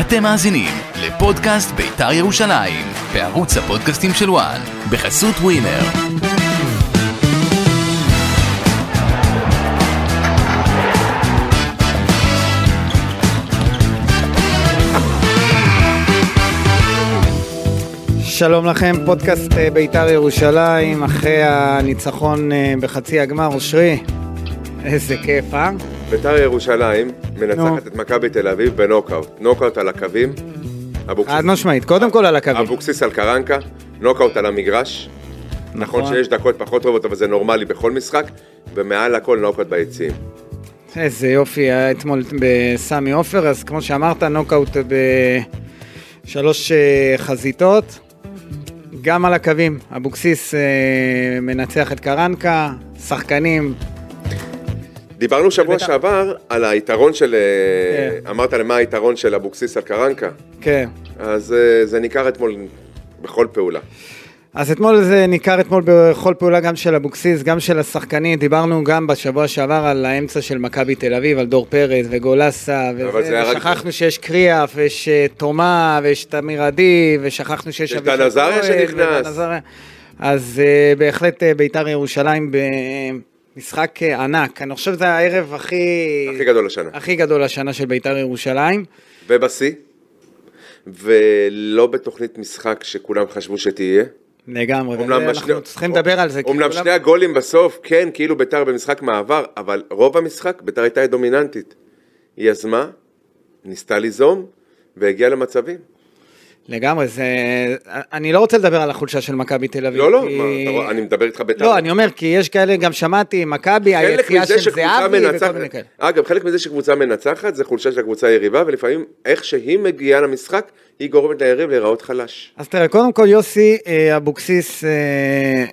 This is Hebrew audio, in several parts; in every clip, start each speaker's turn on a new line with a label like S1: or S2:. S1: אתם מאזינים לפודקאסט בית"ר ירושלים, בערוץ הפודקאסטים של וואן, בחסות ווינר.
S2: שלום לכם, פודקאסט אה, בית"ר ירושלים, אחרי הניצחון אה, בחצי הגמר, אושרי, איזה כיף, אה?
S3: ביתר ירושלים
S2: נו.
S3: מנצחת את מכבי תל אביב בנוקאוט. נוקאוט על הקווים, אבוקסיס-
S2: חד משמעית, קודם כל על הקווים.
S3: אבוקסיס על קרנקה, נוקאוט על המגרש. נכון שיש דקות פחות טובות, אבל זה נורמלי בכל משחק, ומעל הכל נוקאוט ביציעים.
S2: איזה יופי היה אתמול בסמי עופר, אז כמו שאמרת, נוקאוט בשלוש אה, חזיתות. גם על הקווים, אבוקסיס אה, מנצח את קרנקה, שחקנים,
S3: דיברנו שבוע
S2: ביתר.
S3: שעבר על היתרון של... אה,
S2: כן.
S3: אמרת למה היתרון של אבוקסיס על קרנקה,
S2: כן.
S3: אז אה, זה ניכר אתמול בכל פעולה.
S2: אז אתמול זה ניכר אתמול בכל פעולה גם של אבוקסיס, גם של השחקנים, דיברנו גם בשבוע שעבר על האמצע של מכבי תל אביב, על דור פרץ וגולסה,
S3: אבל זה
S2: וזה,
S3: היה רק-
S2: ושכחנו שיש קריאף, ויש אה, תומה, ויש תמיר עדי, ושכחנו שיש
S3: יש דן
S2: כהן,
S3: עזריה שנכנס.
S2: ודן עזריה. אז אה, בהחלט אה, ביתר ירושלים במשחק אה, ענק, אני חושב שזה הערב הכי...
S3: הכי גדול השנה.
S2: הכי גדול השנה של ביתר ירושלים.
S3: ובשיא, ולא בתוכנית משחק שכולם חשבו שתהיה.
S2: לגמרי,
S3: אומנם
S2: וזה-
S3: בשני-
S2: אנחנו צריכים לדבר על זה. כאילו, כי
S3: אומנם
S2: כולם-
S3: שני הגולים בסוף, כן, כאילו ביתר במשחק מעבר, אבל רוב המשחק ביתר הייתה דומיננטית. היא יזמה, ניסתה ליזום, והגיעה למצבים.
S2: לגמרי, זה... אני לא רוצה לדבר על החולשה של מכבי תל אביב.
S3: לא, לא,
S2: כי-
S3: מה, אתה רואה, אני מדבר איתך ביתר.
S2: לא, אני אומר, כי יש כאלה, גם שמעתי, מכבי,
S3: חלק
S2: היציאה
S3: מזה
S2: של
S3: שקבוצה
S2: זהבי וכל מיני
S3: מנצחת,
S2: כאלה.
S3: אגב, חלק מזה שקבוצה מנצחת זה חולשה של הקבוצה היריבה, ולפעמים איך שהיא מגיעה למשחק, היא גורמת ליריב להיראות חלש.
S2: אז תראה, קודם כל יוסי אה, אבוקסיס, אה,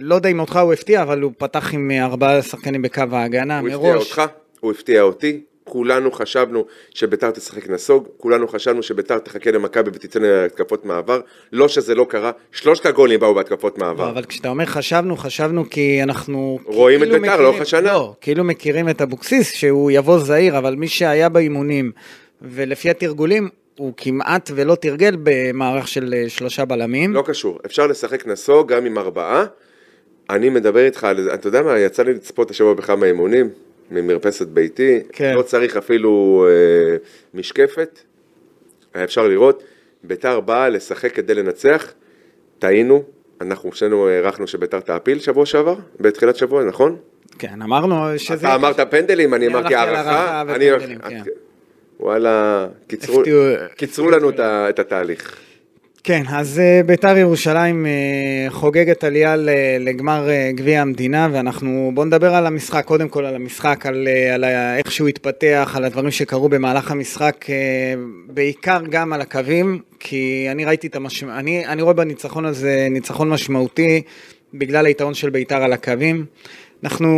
S2: לא יודע אם אותך הוא הפתיע, אבל הוא פתח עם אה, ארבעה שחקנים בקו ההגנה
S3: הוא
S2: מראש.
S3: הפתיע אותך, הוא הפתיע אותי, כולנו חשבנו שביתר תשחק נסוג, כולנו חשבנו שביתר תחכה למכבי ותצא להתקפות מעבר, לא שזה לא קרה, שלושת הגולים באו בהתקפות
S2: לא,
S3: מעבר.
S2: אבל כשאתה אומר חשבנו, חשבנו כי אנחנו...
S3: רואים
S2: כאילו
S3: את בית"ר לאורך
S2: מכירים-
S3: השנה.
S2: לא, כאילו מכירים את אבוקסיס, שהוא יבוא זעיר, אבל מי שהיה באימונים, ולפי התרגולים, הוא כמעט ולא תרגל במערך של אה, שלושה בלמים.
S3: לא קשור, אפשר לשחק נסוג גם עם ארבעה. אני מדבר איתך על זה, אתה יודע מה, יצא לי לצפות השבוע בכמה אימונים, ממרפסת ביתי,
S2: כן.
S3: לא צריך אפילו אה, משקפת, היה אפשר לראות, ביתר באה לשחק כדי לנצח, טעינו, אנחנו שנינו הערכנו שביתר תעפיל שבוע שעבר, בתחילת שבוע, נכון?
S2: כן, אמרנו שזה...
S3: אתה אמרת פנדלים, אני
S2: אני
S3: אמרתי
S2: הלכתי על
S3: הערכה,
S2: הערכה
S3: אני-
S2: ופנדלים,
S3: את-
S2: כן.
S3: וואלה, קיצרו-
S2: הפתיעו-
S3: קיצרו לנו את ה- את התהליך.
S2: כן, אז אה, ביתר ירושלים אה, חוגגת עלייה ל- לגמר אה, גביע המדינה, ואנחנו, בואו נדבר על המשחק, קודם כל על המשחק, על, אה, על ה- איך שהוא התפתח, על הדברים שקרו במהלך המשחק, אה, בעיקר גם על הקווים, כי אני ראיתי את המשמ... אני, אני רואה בניצחון הזה ניצחון משמעותי, בגלל היתרון של ביתר על הקווים. אנחנו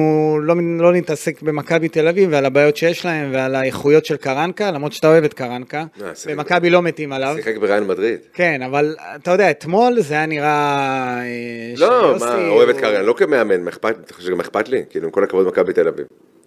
S2: לא, לא נתעסק במכבי תל אביב ועל הבעיות שיש להם ועל האיכויות של קרנקה, למרות שאתה אוהב את קרנקה,
S3: אה, שיחק.
S2: במכבי לא מתים עליו.
S3: שיחק בריאן מדריד.
S2: כן, אבל אתה יודע, אתמול זה היה נראה... אה,
S3: לא,
S2: שיוסי
S3: מה,
S2: הוא-
S3: אוהב את קרן, לא כמאמן, מה אכפת, אתה חושב שגם אכפת לי? כאילו, עם כל הכבוד מכבי תל אביב.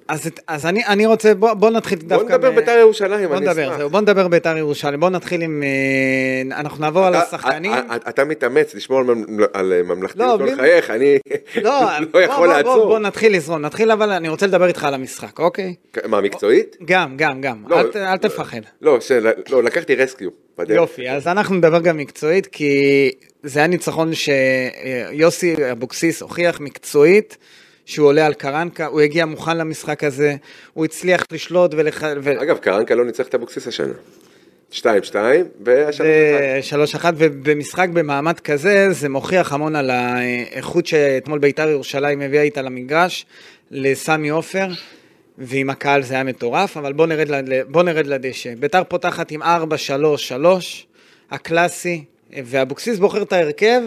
S2: אז, את- אז אני, אני רוצה, בוא, בוא נתחיל דווקא...
S3: בוא נדבר
S2: מ-
S3: בית"ר ירושלים,
S2: בוא
S3: אני
S2: נדבר,
S3: אשמח.
S2: זהו, בוא נדבר בית"ר ירושלים. בוא נתחיל עם... אה, אנחנו נעבור על
S3: אתה-
S2: השחקנים.
S3: אה, אה, אתה מתאמץ לשמור על ממ- על אה,
S2: לא,
S3: ממלכתיות
S2: בלי-
S3: כל חייך, אני
S2: לא,
S3: לא
S2: בוא, בוא,
S3: יכול
S2: בוא, בוא
S3: לעצור.
S2: נתחיל לזרום. נתחיל, אבל אני רוצה לדבר איתך על המשחק, אוקיי?
S3: מה, מקצועית?
S2: גם, גם, גם.
S3: לא,
S2: אל, ת- אל
S3: לא.
S2: תפחד.
S3: לא, של- לא, לקחתי רסקיו. בדרך.
S2: יופי, אז אנחנו נדבר גם מקצועית, כי זה היה ניצחון שיוסי אבוקסיס הוכיח מקצועית. שהוא עולה על קרנקה, הוא הגיע מוכן למשחק הזה, הוא הצליח לשלוט ולח... ו...
S3: אגב, קרנקה לא ניצח את אבוקסיס השנה. 2-2, והשנה... אחד.
S2: שלוש אחת, ובמשחק במעמד כזה, זה מוכיח המון על האיכות שאתמול בית"ר ירושלים הביאה איתה למגרש, לסמי עופר, ועם הקהל זה היה מטורף, אבל בוא נרד, ל- בוא נרד לדשא. בית"ר פותחת עם 4-3-3, הקלאסי, ואבוקסיס בוחר את ההרכב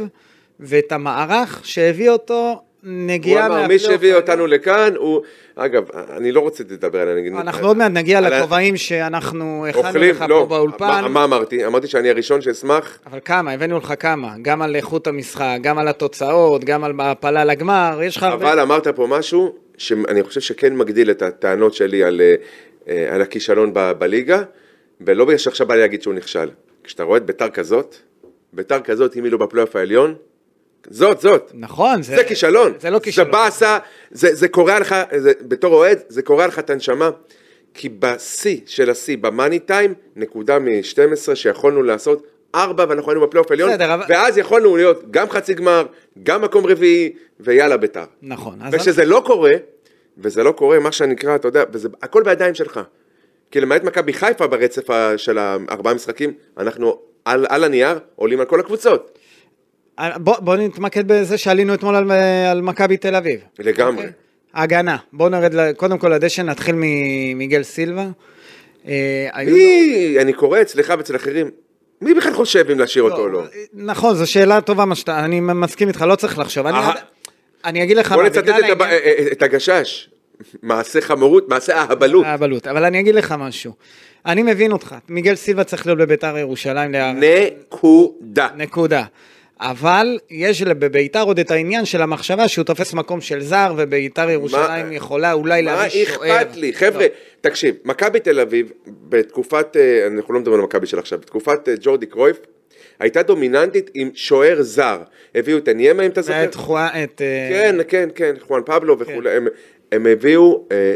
S2: ואת המערך שהביא אותו
S3: הוא
S2: נגיעה
S3: אמר, מי
S2: מהפלייאוף
S3: שהביא
S2: העליון."
S3: אותנו לכאן, הוא... אגב, אני לא רוצה לדבר על הנגיד.
S2: אנחנו עוד מעט נגיע
S3: על ה-
S2: לכובעים שאנחנו הכנו
S3: אוכלים,
S2: לך פה
S3: לא.
S2: באולפן.
S3: מה- מה אמרתי? אמרתי שאני הראשון שאשמח
S2: אבל כמה, הבאנו לך כמה, גם על איכות המשחק, גם על התוצאות, גם על העפלה לגמר, יש לך הרבה...
S3: אבל אמרת פה משהו שאני חושב שכן מגדיל את הטענות שלי על, אה, אה, על הכישלון ב, בליגה. ולא בגלל שעכשיו בא לי להגיד שהוא נכשל. כשאתה רואה את ביתר כזאת, ביתר כזאת, אם היא לא בפלייאוף העליון, זאת, זאת.
S2: נכון,
S3: זה כישלון.
S2: זה לא כישלון.
S3: זה באסה, זה, זה קורע לך, זה, בתור אוהד, זה קורע לך את הנשמה. כי בשיא של השיא, במאני טיים, נקודה מ-12 שיכולנו לעשות ארבע ואנחנו היינו בפלייאוף העליון,
S2: בסדר, אבל-
S3: ואז יכולנו להיות גם חצי גמר, גם מקום רביעי, ויאללה ביתר.
S2: נכון. אז-
S3: וכשזה לא קורה, וזה לא קורה, מה שנקרא, אתה יודע, וזה הכל בידיים שלך. כי למעט מכבי חיפה ברצף ה- של הארבעה משחקים, אנחנו על, על הנייר עולים על כל הקבוצות.
S2: אה, בוא בוא נתמקד בזה שעלינו אתמול על- אה, על מכבי תל אביב.
S3: לגמרי.
S2: אוקיי. ההגנה, בואו נרד ל- קודם כל לדשא, נתחיל ממיגל סילבה. אה, היו לו-
S3: מי, אני לא- קורא אצלך ואצל אחרים, מי בכלל חושב אם להשאיר אותו או לא?
S2: נכון, זו שאלה טובה, מה שאתה- אני מסכים איתך, לא צריך לחשוב. אני-
S3: אהה.
S2: אני אגיד לך,
S3: בוא
S2: מה,
S3: נצטט
S2: בגלל
S3: את הב-
S2: העניין-
S3: אה, אה, את הגשש. מעשה חמורות, מעשה אהבלות.
S2: הבלוט. אה, אבל אני אגיד לך משהו. אני מבין אותך, מיגל סילבה צריך להיות בביתר ירושלים, להערכתי.
S3: נקודה.
S2: נקודה. אבל יש בביתר עוד את העניין של המחשבה שהוא תופס מקום של זר, וביתר ירושלים יכולה אולי
S3: מה
S2: להביא שוער. לא,
S3: אכפת לי? חבר'ה, תקשיב, מכבי תל אביב, בתקופת, אה, אנחנו לא מדברים על מכבי של עכשיו, בתקופת אה, ג'ורדי קרויף, הייתה דומיננטית עם שוער זר. הביאו את הניימה, אם אתה זוכר.
S2: את חואה, את... אה,
S3: כן, כן, כן, חואן פבלו וכולי. הם- הם הביאו... אה,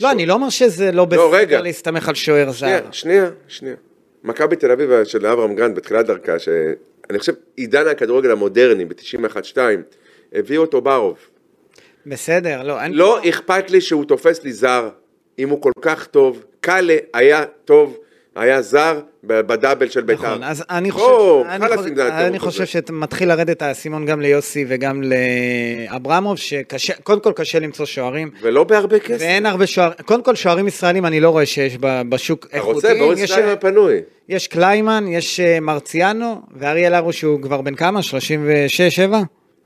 S2: לא, אני לא אומר שזה לא בסדר
S3: רגע.
S2: להסתמך על שוער זר.
S3: שנייה, שנייה, שנייה. מכבי תל אביב של אברהם גרנד בתחילת דרכה, שאני חושב, עידן הכדורגל המודרני ב-91-2, הביאו אותו ברוב.
S2: בסדר, לא. אין-
S3: לא אכפת לי שהוא תופס לי זר, אם הוא כל כך טוב. קאלה היה טוב, היה זר ב- בדאבל של בית"ר.
S2: נכון, אז אני חושב,
S3: בוא,
S2: אני
S3: חלאס
S2: חושב-
S3: עם זה הטירוף
S2: אני
S3: הזה.
S2: חושב שמתחיל לרדת האסימון גם ליוסי וגם לאברמוב, שקשה, קודם כל קשה למצוא שוערים.
S3: ולא בהרבה כסף.
S2: ואין הרבה שוערים, קודם כל שוערים ישראלים אני לא רואה שיש ב- בשוק
S3: אתה רוצה,
S2: איכותיים,
S3: בוריס
S2: יש- אה,
S3: שטיין הפנוי.
S2: יש קליימן, יש אה, מרציאנו, ואריאל הרו שהוא כבר בן כמה? 36-7?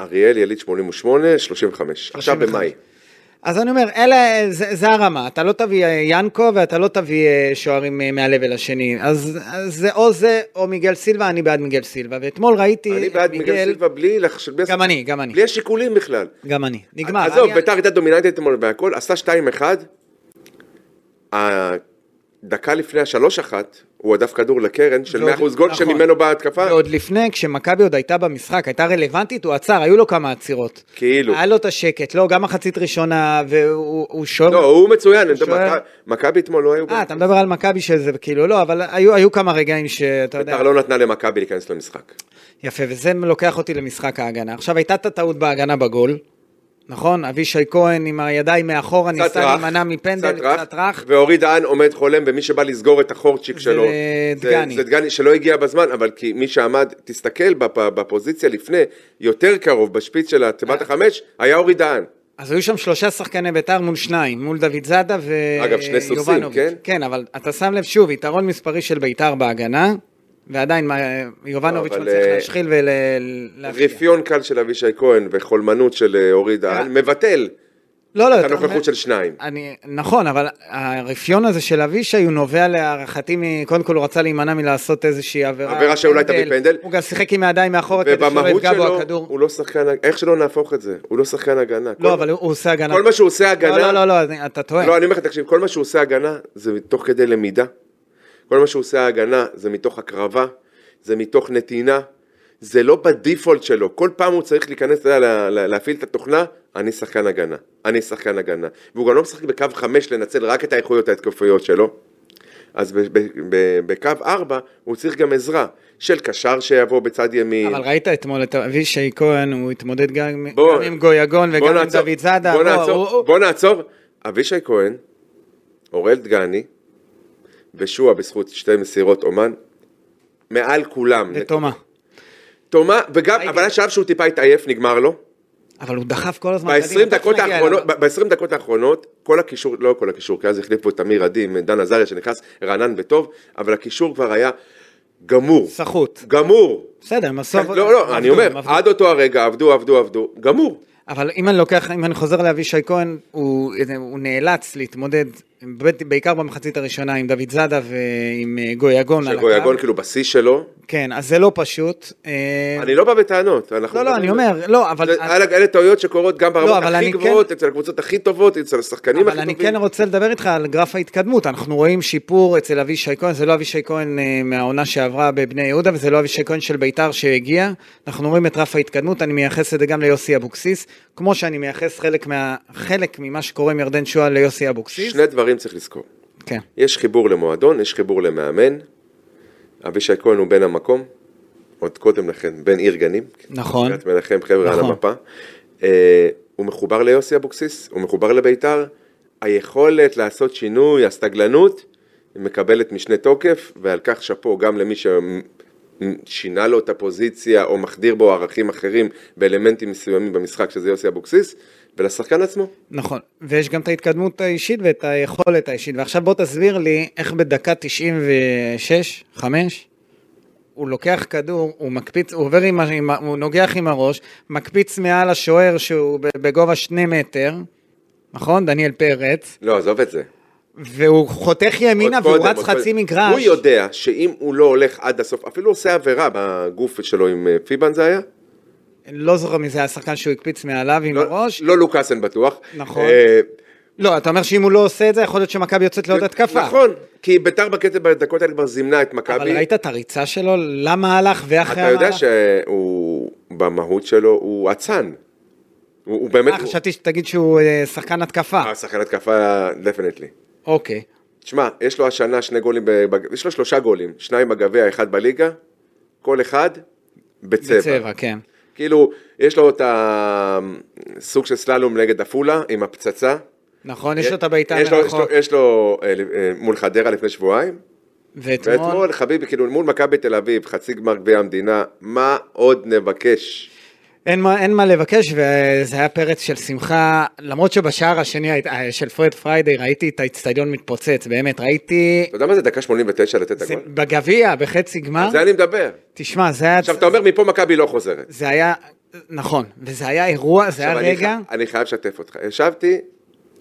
S3: אריאל יליד 88, 35. עכשיו
S2: 35.
S3: במאי.
S2: אז אני אומר, אלה, זה, זה הרמה, אתה לא תביא אה, ינקו ואתה לא תביא אה, שוערים אה, מהלבל השני, אז, אז זה או זה או מיגל סילבה, אני בעד מיגל סילבה, ואתמול ראיתי
S3: אני
S2: את
S3: בעד מיגל סילבה בלי לחש... בלי-
S2: גם אני, גם אני,
S3: בלי השיקולים בכלל.
S2: גם אני, נגמר.
S3: עזוב,
S2: אני-
S3: ביתר הייתה דומיננטית אתמול והכל, עשה 2-1, דקה לפני ה-3-1, הוא הדף כדור לקרן של
S2: ועוד-
S3: 100% גול
S2: נכון.
S3: שממנו באה התקפה,
S2: ועוד לפני, כשמכבי עוד הייתה במשחק, הייתה רלוונטית, הוא עצר, היו לו כמה עצירות.
S3: כאילו.
S2: היה לו את השקט, לא, גם מחצית ראשונה, והוא הוא שוער...
S3: לא, הוא מצוין, אני מדבר-
S2: שוער.
S3: מכבי- מכבי אתמול לא היו,
S2: אה, אתה מדבר על מכבי שזה כאילו לא, אבל היו, היו כמה רגעים שאתה יודע...
S3: ביתר לא נתנה למכבי להיכנס למשחק.
S2: יפה, וזה לוקח אותי למשחק ההגנה. עכשיו, הייתה את הטעות בהגנה בגול, נכון? אבישי כהן עם הידיים מאחורה,
S3: קצת
S2: ניסה
S3: רך,
S2: להימנע מפנדל, קצת רך.
S3: ואורי דהן עומד חולם, ומי שבא לסגור את החורצ'יק שלו, זה-
S2: דגני.
S3: זה דגני שלא הגיע בזמן, אבל כי מי שעמד, תסתכל בפ- בפוזיציה לפני, יותר קרוב, בשפיץ של הטבעת
S2: אה.
S3: החמש, היה אורי דהן.
S2: אז היו שם שלושה שחקני בית"ר מול שניים, מול דוד זאדה
S3: אגב, שני סוסים,
S2: ויובנוביץ'.
S3: כן?
S2: כן, אבל אתה שם לב שוב, יתרון מספרי של בית"ר בהגנה, ועדיין מה- יובנוביץ'
S3: אבל,
S2: מצליח
S3: אה,
S2: להשחיל ולהפקיע.
S3: רפיון קל של אבישי כהן וחולמנות של אה, אורי דהן, מבטל
S2: לא, לא,
S3: את
S2: אתה אומר-
S3: הנוכחות של שניים.
S2: אני, נכון, אבל הרפיון הזה של אבישי, הוא נובע להערכתי, מ- קודם כל הוא רצה להימנע מלעשות איזושהי עבירה.
S3: עבירה שאולי תביא פנדל.
S2: הוא גם שיחק עם הידיים מאחורה כדי לא, שלא
S3: ובמהות
S2: יפגע בו
S3: שלו,
S2: הכדור.
S3: הוא לא שחקן, איך שלא נהפוך את זה, הוא לא שחקן הגנה. כל-
S2: לא, אבל הוא, הוא עושה הגנה.
S3: כל מה שהוא עושה הגנה,
S2: לא, לא, לא, לא, אני- אתה טועה.
S3: לא, אני אומר לך, תקשיב, כל מה שהוא עושה הגנה זה תוך כדי למידה. כל מה שהוא עושה הגנה זה מתוך הקרבה, זה מתוך נתינה. זה לא בדיפולט שלו, כל פעם הוא צריך להיכנס, אתה יודע, לה- לה- להפעיל את התוכנה, אני שחקן הגנה, אני שחקן הגנה. והוא גם לא משחק בקו חמש לנצל רק את האיכויות ההתקפיות שלו. אז ב- ב- ב- בקו ארבע הוא צריך גם עזרה של קשר שיבוא בצד ימין.
S2: אבל ראית אתמול את אבישי כהן, הוא התמודד גם,
S3: בוא-
S2: גם עם גויגון
S3: בוא
S2: וגם עם
S3: נעצור,
S2: דוד זאדה.
S3: בוא
S2: לא,
S3: נעצור,
S2: הוא- הוא-
S3: בוא נעצור. אבישי כהן, אוראל דגני, ושועה בזכות שתי מסירות אומן, מעל כולם.
S2: ותומה.
S3: תומה, וגם,
S2: ראיתי.
S3: אבל היה שלב שהוא טיפה התעייף, נגמר לו.
S2: אבל הוא דחף כל הזמן.
S3: ב-20
S2: קדימה, תכף
S3: דקות
S2: נגיע
S3: האחרונות,
S2: אליו.
S3: ב-20 דקות האחרונות, כל הקישור, לא כל הקישור, כי אז החליפו את אמיר עדים, דן עזריה שנכנס, רענן וטוב, אבל הקישור כבר היה גמור.
S2: סחוט.
S3: גמור.
S2: בסדר, הם עשו... עבודה.
S3: לא, לא, אני
S2: עבדו, הם
S3: אומר,
S2: עבדו.
S3: עד אותו הרגע עבדו, עבדו, עבדו, גמור.
S2: אבל אם אני לוקח, אם אני חוזר לאבישי כהן, הוא, הוא נאלץ להתמודד בבית- בעיקר במחצית הראשונה עם דוד זאדה ועם אה, גויגון על הקו.
S3: שגויגון כאילו בשיא שלו.
S2: כן, אז זה לא פשוט. אה,
S3: אני לא בא בטענות. אנחנו
S2: לא, לא, אני
S3: מדברים-
S2: אומר, לא, אבל...
S3: זה- אלה אלה טעויות שקורות גם ברמות
S2: אבל
S3: הכי
S2: אני כן-
S3: גבוהות, אצל הקבוצות הכי טובות, אצל השחקנים הכי
S2: אבל אני
S3: טובים.
S2: כן רוצה לדבר איתך על גרף ההתקדמות, אנחנו רואים שיפור אצל אבישי כהן, זה לא אבישי כהן אה, מהעונה שעברה בבני יהודה וזה לא אבישי כהן של ביתר שהגיע, אנחנו רואים את רף ההתקדמות, אני מייחס את זה גם ליוסי אבוקסיס, כמו שאני מייחס חלק, מה, חלק ממה שקורה עם ירדן שועה ליוסי אבוקסיס.
S3: שני דברים צריך לזכור.
S2: כן,
S3: יש חיבור למועדון, יש חיבור למאמן. אבישי כהן הוא בן המקום, עוד קודם לכן, בן עיר גנים.
S2: נכון.
S3: קריית מנחם, חבר'ה על
S2: נכון.
S3: המפה. אה, הוא מחובר ליוסי אבוקסיס, הוא מחובר לביתר. היכולת לעשות שינוי, הסתגלנות, מקבלת משנה תוקף, ועל כך שאפו גם למי ששינה לו את הפוזיציה או מחדיר בו ערכים אחרים באלמנטים מסוימים במשחק, שזה יוסי אבוקסיס, ולשחקן עצמו.
S2: נכון, ויש גם את ההתקדמות האישית ואת היכולת האישית, ועכשיו בוא תסביר לי איך בדקה 96, 5, הוא לוקח כדור, הוא מקפיץ, הוא עובר עם, ה- עם, ה- הוא נוגח עם הראש, מקפיץ מעל השוער שהוא ב- בגובה שני מטר, נכון? דניאל פרץ,
S3: לא, עזוב את זה.
S2: והוא חותך ימינה
S3: עוד
S2: והוא
S3: קודם,
S2: רץ
S3: עוד
S2: חצי
S3: קודם.
S2: מגרש.
S3: הוא יודע שאם הוא לא הולך עד הסוף, אפילו עושה עבירה בגוף שלו עם אה, פיבן זה היה?
S2: לא זוכר מי זה היה השחקן שהוא הקפיץ מעליו עם
S3: לא-
S2: הראש.
S3: לא לוקאסן בטוח.
S2: נכון.
S3: אה,
S2: לא, אתה אומר שאם הוא לא עושה את זה, יכול להיות שמכבי יוצאת לעוד התקפה.
S3: נכון, כי ביתר בקטע בדקות האלה כבר זימנה את מכבי.
S2: אבל ראית את הריצה שלו? למה הלך ואחרי
S3: אתה
S2: המהלך?
S3: יודע שהוא, במהות שלו, הוא אצן. הוא הוא באמת,
S2: אה, חשבתי שתגיד שהוא אה, שחקן התקפה.
S3: הוא שחקן התקפה, דפנטלי.
S2: אוקיי.
S3: תשמע, יש לו השנה שני גולים, בג- יש לו שלושה גולים, שניים בגביע, אחד בליגה, כל אחד בצבע.
S2: בצבע, כן.
S3: כאילו, יש לו את הסוג של סללום נגד עפולה, עם הפצצה.
S2: נכון, יש לו את הבעיטה
S3: יש לו- יש לו-
S2: מרחוק.
S3: יש לו אה, אה, מול חדרה לפני שבועיים.
S2: ואתמול,
S3: ואתמול, חביבי, כאילו, מול מכבי תל אביב, חצי גמר גביע המדינה, מה עוד נבקש?
S2: אין מה- אין מה לבקש, וזה היה פרץ של שמחה, למרות שבשער השני היית- אה, של פרד פריידי ראיתי את האיצטדיון מתפוצץ, באמת, ראיתי
S3: אתה יודע מה זה דקה 89 לתת את
S2: זה
S3: הגול?
S2: בגביע, בחצי גמר,
S3: על זה אני מדבר.
S2: תשמע, זה היה,
S3: עכשיו, אתה אומר, מפה מכבי לא חוזרת.
S2: זה היה, נכון, וזה היה אירוע, זה היה
S3: עכשיו, אני
S2: רגע,
S3: ח- אני חייב לשתף אותך. ישבתי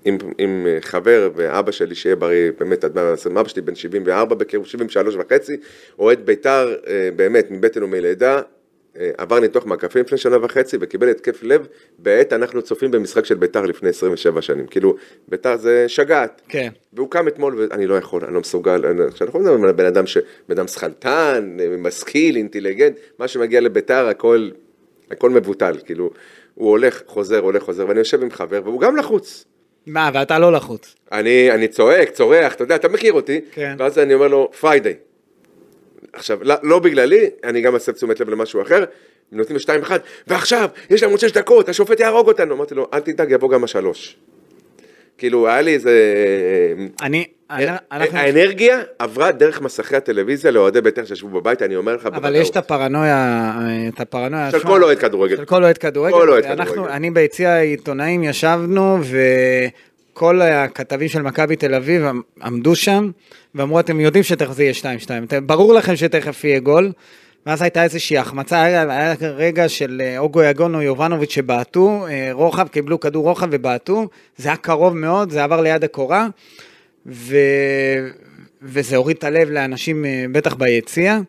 S3: עם- עם אה, חבר ואבא שלי, שיהיה בריא, באמת, עד מאה ועשרים, אבא שלי בן 74 בקירוב, 73 וחצי, אוהד בית"ר, אה, באמת, מבטן ומלידה. אה, עבר ניתוח מעקפים לפני שנה וחצי וקיבל התקף לב בעת אנחנו צופים במשחק של ביתר לפני 27 שנים. כאילו, ביתר זה שגעת.
S2: כן,
S3: והוא קם אתמול, ואני לא יכול, אני לא מסוגל, אני- עכשיו אנחנו מדברים על בן אדם ש... בן אדם שכלתן, משכיל, אינטליגנט, מה שמגיע לביתר הכל, הכל מבוטל, כאילו, הוא הולך, חוזר, הולך, חוזר, ואני יושב עם חבר, והוא גם לחוץ.
S2: מה, ואתה לא לחוץ,
S3: אני, אני צועק, צורח, אתה יודע, אתה מכיר אותי,
S2: כן.
S3: ואז אני אומר לו, פריידיי. עכשיו, לא, לא בגללי, אני גם אסב תשומת לב למשהו אחר, נותנים שתיים אחד, ועכשיו, יש להם עוד שש דקות, השופט יהרוג אותנו. אמרתי לו, אל תדאג, יבוא גם השלוש. כאילו, היה לי איזה...
S2: אני,
S3: אה,
S2: אה, אנחנו-
S3: האנרגיה עברה דרך מסכי הטלוויזיה לאוהדי בית"ר שישבו בבית, אני אומר לך,
S2: אבל יש את הפרנויה, אה, את הפרנויה
S3: של
S2: עצמה.
S3: כל אוהד כדורגל.
S2: של כל אוהד כדורגל.
S3: כל אוהד
S2: אנחנו-
S3: כדורגל.
S2: אני ביציע העיתונאים ישבנו, וכל הכתבים של מכבי תל אביב עמ- עמדו שם, ואמרו, אתם יודעים שתכף זה יהיה 2-2, אתם- ברור לכם שתכף יהיה גול. ואז הייתה איזושהי החמצה, היה היה רגע של אה, או גויגון או יובנוביץ' שבעטו, אה, רוחב, קיבלו כדור רוחב ובעטו, זה היה קרוב מאוד, זה עבר ליד הקורה, ו... וזה הוריד את הלב לאנשים, אה, בטח ביציע.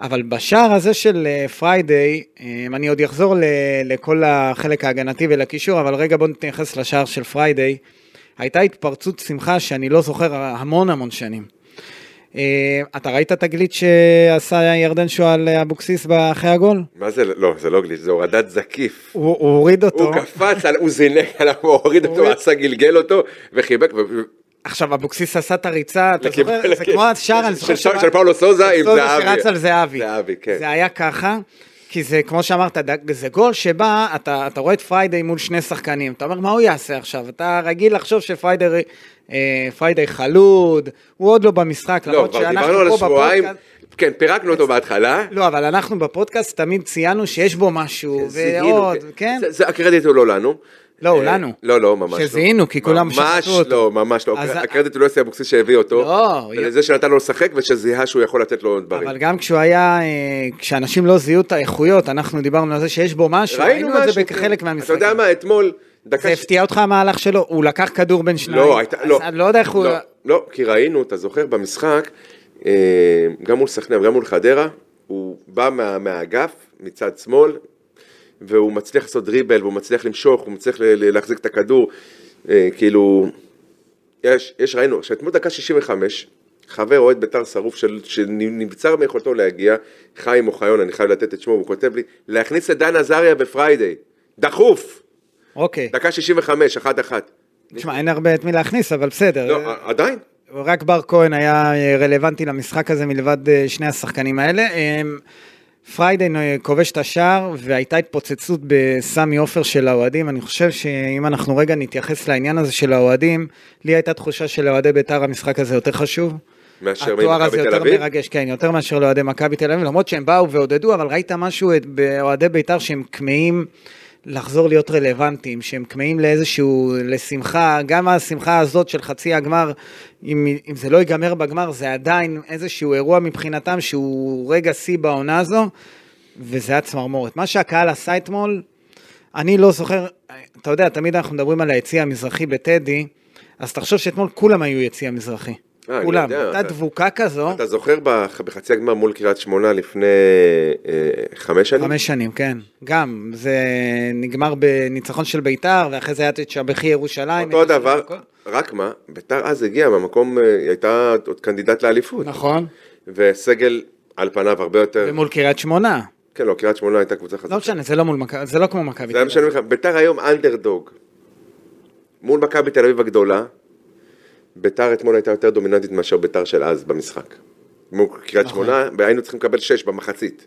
S2: אבל בשער הזה של אה, פריידיי, אה, אני עוד אחזור ל- לכל החלק ההגנתי ולקישור, אבל רגע בוא נתייחס לשער של פריידיי. הייתה התפרצות שמחה שאני לא זוכר המון המון שנים. אה, אתה ראית את הגליץ' שעשה ירדן שואה על אבוקסיס אחרי הגול?
S3: מה זה, לא, זה לא גליץ', זה הורדת זקיף.
S2: הוא, הוא הוריד אותו.
S3: הוא קפץ, על- הוא זינק עליו, הוא הוריד אותו,
S2: הוריד.
S3: עשה גלגל אותו, וחיבק, ו-
S2: עכשיו, אבוקסיס עשה את הריצה, אתה
S3: לכיוון-
S2: זוכר? זה
S3: לכיוון-
S2: כמו השער, אני זוכר
S3: של- של פאולו סוזה עם זהבי.
S2: לא, שרץ על זהבי.
S3: זהבי, כן.
S2: זה היה ככה, כי זה, כמו שאמרת, דג- זה גול שבא, אתה, אתה רואה את פריידי מול שני שחקנים, אתה אומר, מה הוא יעשה עכשיו? אתה רגיל לחשוב שפריידי אה, פריידי חלוד, הוא עוד לא במשחק,
S3: לא,
S2: למרות
S3: כבר
S2: שאנחנו
S3: דיברנו על
S2: פה
S3: השבועיים,
S2: בפודקאסט...
S3: כן, פירקנו אותו בהתחלה.
S2: לא, אבל אנחנו בפודקאסט תמיד ציינו שיש בו משהו,
S3: זיהינו,
S2: לא, ועוד,
S3: כן.
S2: כן?
S3: זה- זה- הקרדיט הוא לא לנו.
S2: לא, הוא
S3: אה,
S2: לנו.
S3: לא, לא, ממש לא.
S2: שזיהינו, כי כולם
S3: ממש
S2: שחטו אותו.
S3: לא, ממש לא.
S2: אז-
S3: הקרדיט הוא לא יוסי אבוקסיס שהביא אותו.
S2: לא, הוא-
S3: זה שנתן לו לשחק ושזיהה שהוא יכול לתת לו עוד דברים.
S2: אבל גם כשהוא היה, אה, כשאנשים לא זיהו את האיכויות, אנחנו דיברנו על זה שיש בו משהו, ראינו את זה
S3: משהו, כן.
S2: בחלק מהמשחקים.
S3: אתה יודע מה, אתמול דקה
S2: זה
S3: ש-
S2: הפתיע אותך המהלך שלו? הוא לקח כדור בין שניים?
S3: לא, הייתה,
S2: אז
S3: לא.
S2: אני לא יודע איך הוא...
S3: לא, לא, כי ראינו, אתה זוכר, במשחק, אה, גם מול סכנין, גם מול חדרה, הוא בא מה, מהאגף, מצד שמאל, והוא מצליח לעשות דריבל, והוא מצליח למשוך, הוא מצליח ל- ל- להחזיק את הכדור, אה, כאילו... יש, יש, ראינו, שאתמול דקה 65, חבר אוהד ביתר שרוף של, שנבצר מיכולתו להגיע, חיים אוחיון, אני חייב לתת את שמו, הוא כותב לי, להכניס את דן עזריה בפריידיי, דחוף,
S2: אוקיי.
S3: דקה 65, אחת אחת.
S2: תשמע, אין הרבה את מי להכניס, אבל בסדר. אה,
S3: לא, עדיין,
S2: רק בר כהן היה אה, רלוונטי למשחק הזה מלבד אה, שני השחקנים האלה. אה, פריידן אה, כובש את השער והייתה התפוצצות בסמי עופר של האוהדים. אני חושב שאם אנחנו רגע נתייחס לעניין הזה של האוהדים, לי הייתה תחושה שלאוהדי בית"ר המשחק הזה יותר חשוב.
S3: מאשר
S2: התואר הזה
S3: ממכבי תל
S2: יותר
S3: אביב.
S2: מרגש, כן, יותר מאשר לאוהדי מכבי תל אביב, למרות שהם באו ועודדו, אבל ראית משהו את- באוהדי בית"ר שהם כמהים לחזור להיות רלוונטיים, שהם כמהים לאיזשהו, לשמחה, גם השמחה הזאת של חצי הגמר, אם, אם זה לא ייגמר בגמר, זה עדיין איזשהו אירוע מבחינתם שהוא רגע שיא בעונה הזו, וזה היה צמרמורת. מה שהקהל עשה אתמול, אני לא זוכר, אתה יודע, תמיד אנחנו מדברים על היציע המזרחי בטדי, אז תחשוב שאתמול כולם היו יציע מזרחי.
S3: אה, אני
S2: כולם.
S3: יודע,
S2: הייתה
S3: אתה-
S2: דבוקה כזו,
S3: אתה זוכר בח- בחצי הגמר מול קריית שמונה לפני אה, חמש שנים?
S2: חמש שנים, כן. גם, זה נגמר בניצחון של ביתר, ואחרי זה היה את שבכי ירושלים.
S3: אותו
S2: את השבוע
S3: הדבר,
S2: הכל.
S3: רק מה, ביתר אז הגיעה מהמקום, אה, היא הייתה עוד קנדידט לאליפות.
S2: נכון.
S3: כן. וסגל על פניו הרבה יותר,
S2: ומול קריית שמונה.
S3: כן, לא, קריית שמונה הייתה קבוצה חזקה.
S2: לא משנה, זה לא מול מכבי, זה לא כמו מכבי.
S3: זה היה משנה לך, ביתר היום אנדרדוג. מול מכבי תל אביב הגדולה, ביתר אתמול הייתה יותר דומיננטית מאשר ביתר של אז במשחק. מול קריית
S2: נכון.
S3: שמונה, והיינו צריכים לקבל שש במחצית.